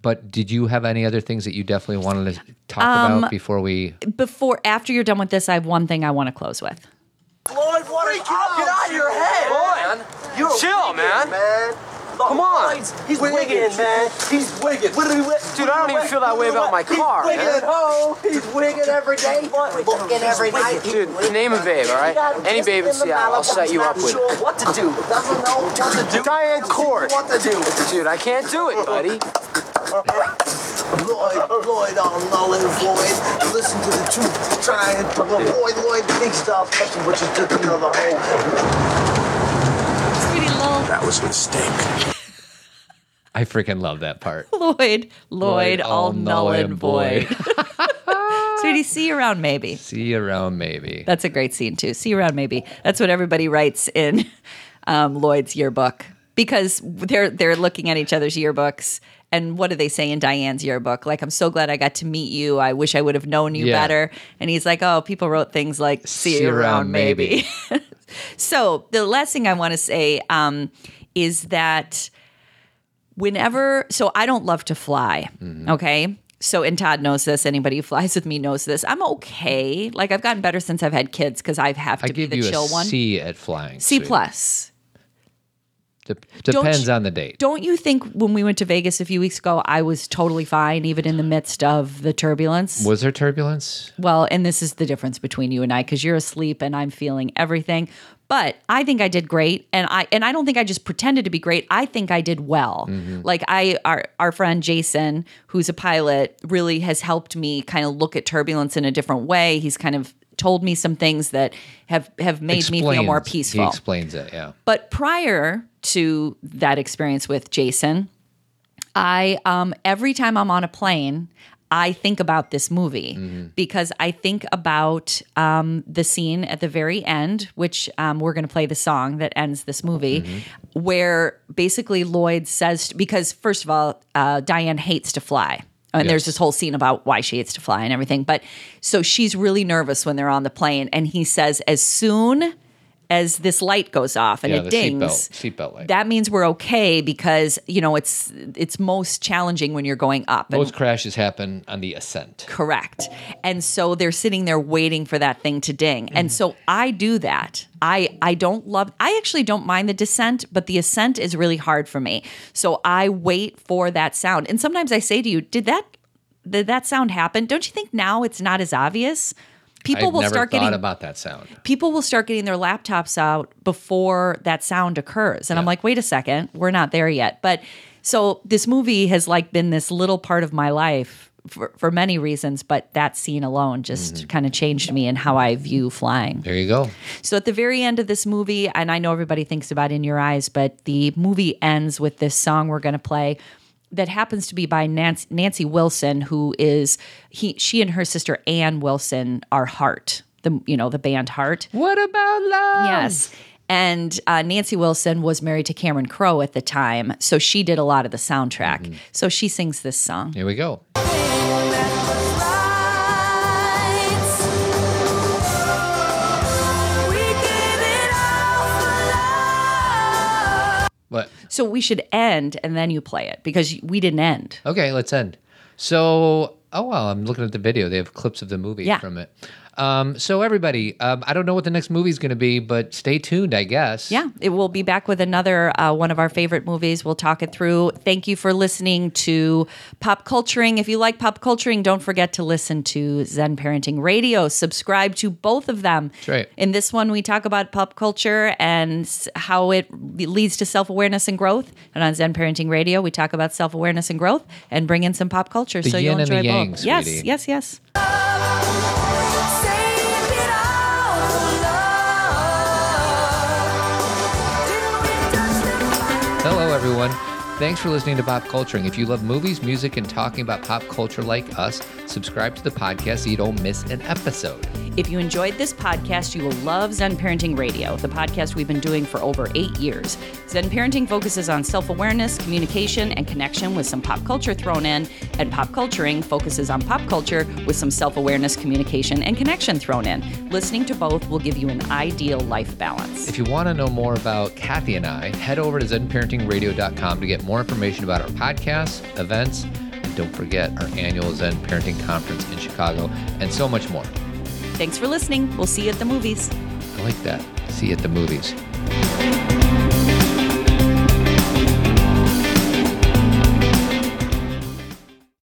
S1: but did you have any other things that you definitely wanted to talk
S2: Um,
S1: about before we?
S2: Before, after you're done with this, I have one thing I want to close with.
S3: Lloyd, what Freak out. Get out of your head, Lloyd. You're chill, man. man. Come on. He's wigging, man. He's wigging. Dude, I don't even feel that way about my car,
S5: He's wigging
S3: man.
S5: at home. He's wigging every day. He's looking every night.
S3: Dude, name a babe, all right? Any babe in Seattle, I'll set you up with.
S5: Sure
S3: What to do? Doesn't know what to do. Diane Court. What to do? Dude, I can't do it, buddy.
S5: Lloyd, Lloyd, all null and void. Listen to the truth. Try and avoid Lloyd. Big style fashion, but you took another hole.
S12: That was a mistake.
S1: I freaking love that part.
S2: Lloyd, Lloyd, all, null and void. Sweetie, see you around maybe.
S1: See you around maybe.
S2: That's a great scene too. See you around maybe. That's what everybody writes in um, Lloyd's yearbook because they're they're looking at each other's yearbooks. And what do they say in Diane's yearbook? Like, I'm so glad I got to meet you. I wish I would have known you
S1: Yeah.
S2: better. And he's like, Oh, people wrote things like, See, you around maybe. So the last thing I want to say um, is that whenever, so I don't love to fly.
S1: Mm-hmm.
S2: Okay. So, and Todd knows this. Anybody who flies with me knows this. I'm okay. Like, I've gotten better since I've had kids because I have
S1: I
S2: to be
S1: give
S2: the
S1: you
S2: chill
S1: a
S2: one.
S1: C at flying.
S2: C
S1: sweetie.
S2: plus.
S1: Dep-
S2: Don't
S1: depends
S2: you-
S1: on the date.
S2: Don't you think when we went to Vegas a few weeks ago, I was totally fine, even in the midst of the turbulence?
S1: Was there turbulence?
S2: Well, and this is the difference between you and I because you're asleep and I'm feeling everything. But I think I did great, and I and I don't think I just pretended to be great. I think I did well.
S1: Mm-hmm.
S2: Like I, our our friend Jason, who's a pilot, really has helped me kind of look at turbulence in a different way. He's kind of told me some things that have have made me feel more
S1: Explains-
S2: peaceful.
S1: He explains it, yeah.
S2: But prior to that experience with Jason, I um every time I'm on a plane, I think about this movie
S1: Mm-hmm.
S2: because I think about um, the scene at the very end, which um, we're going to play the song that ends this movie,
S1: Mm-hmm.
S2: where basically Lloyd says, because first of all, uh, Diane hates to fly. And there's
S1: Yes.
S2: this whole scene about why she hates to fly and everything. But so she's really nervous when they're on the plane. And he says, as soon as this light goes off and
S1: yeah,
S2: it
S1: the
S2: dings,
S1: seatbelt seatbelt light.
S2: that means we're okay because you know it's it's most challenging when you're going up and
S1: Most crashes happen on the ascent.
S2: correct and so they're sitting there waiting for that thing to ding
S1: Mm-hmm.
S2: and so i do that i i don't love i actually don't mind the descent but the ascent is really hard for me so i wait for that sound and sometimes i say to you did that did that sound happen don't you think now it's not as obvious people
S1: I've
S2: will
S1: never
S2: start
S1: thought
S2: getting
S1: about that sound.
S2: people will start getting their laptops out before that sound occurs. And I'm like, wait a second, we're not there yet. But so this movie has like been this little part of my life for, for many reasons, but that scene alone just kind of changed me and how I view flying.
S1: There you go.
S2: So at the very end of this movie, and I know everybody thinks about In Your Eyes, but the movie ends with this song we're going to play that happens to be by Nancy, Nancy Wilson, who is he, she and her sister Ann Wilson are Heart, the you know the band Heart.
S1: What about love?
S2: Yes. And uh, Nancy Wilson was married to Cameron Crowe at the time, so she did a lot of the soundtrack.
S1: Mm-hmm.
S2: So she sings this song.
S1: Here we go. What?
S2: So we should end and then you play it because we didn't end.
S1: Okay, let's end. So, oh well, I'm looking at the video. They have clips of the movie
S2: Yeah.
S1: from it. Um, so everybody, um, I don't know what the next movie is going to be, but stay tuned, I guess.
S2: Yeah, it will be back with another uh, one of our favorite movies. We'll talk it through. Thank you for listening to Pop Culturing. If you like Pop Culturing, don't forget to listen to Zen Parenting Radio. Subscribe to both of them.
S1: That's right.
S2: In this one, we talk about pop culture and s- how it leads to self awareness and growth. And on Zen Parenting Radio, we talk about self awareness and growth and bring in some pop culture.
S1: The
S2: so
S1: yin
S2: you'll
S1: and the
S2: enjoy
S1: yang,
S2: both. Yes,
S1: sweetie.
S2: yes, yes.
S1: Hello, everyone. Thanks for listening to Pop Culturing. If you love movies, music, and talking about pop culture like us, subscribe to the podcast so you don't miss an episode.
S2: If you enjoyed this podcast, you will love Zen Parenting Radio, the podcast we've been doing for over eight years. Zen Parenting focuses on self awareness, communication, and connection with some pop culture thrown in, and Pop Culturing focuses on pop culture with some self awareness, communication, and connection thrown in. Listening to both will give you an ideal life balance.
S1: If you want to know more about Kathy and I, head over to ZenParentingRadio.com to get more information about our podcasts, events, and don't forget our annual Zen Parenting Conference in Chicago, and so much more.
S2: Thanks for listening. We'll see you at the movies.
S1: I like that. See you at the movies.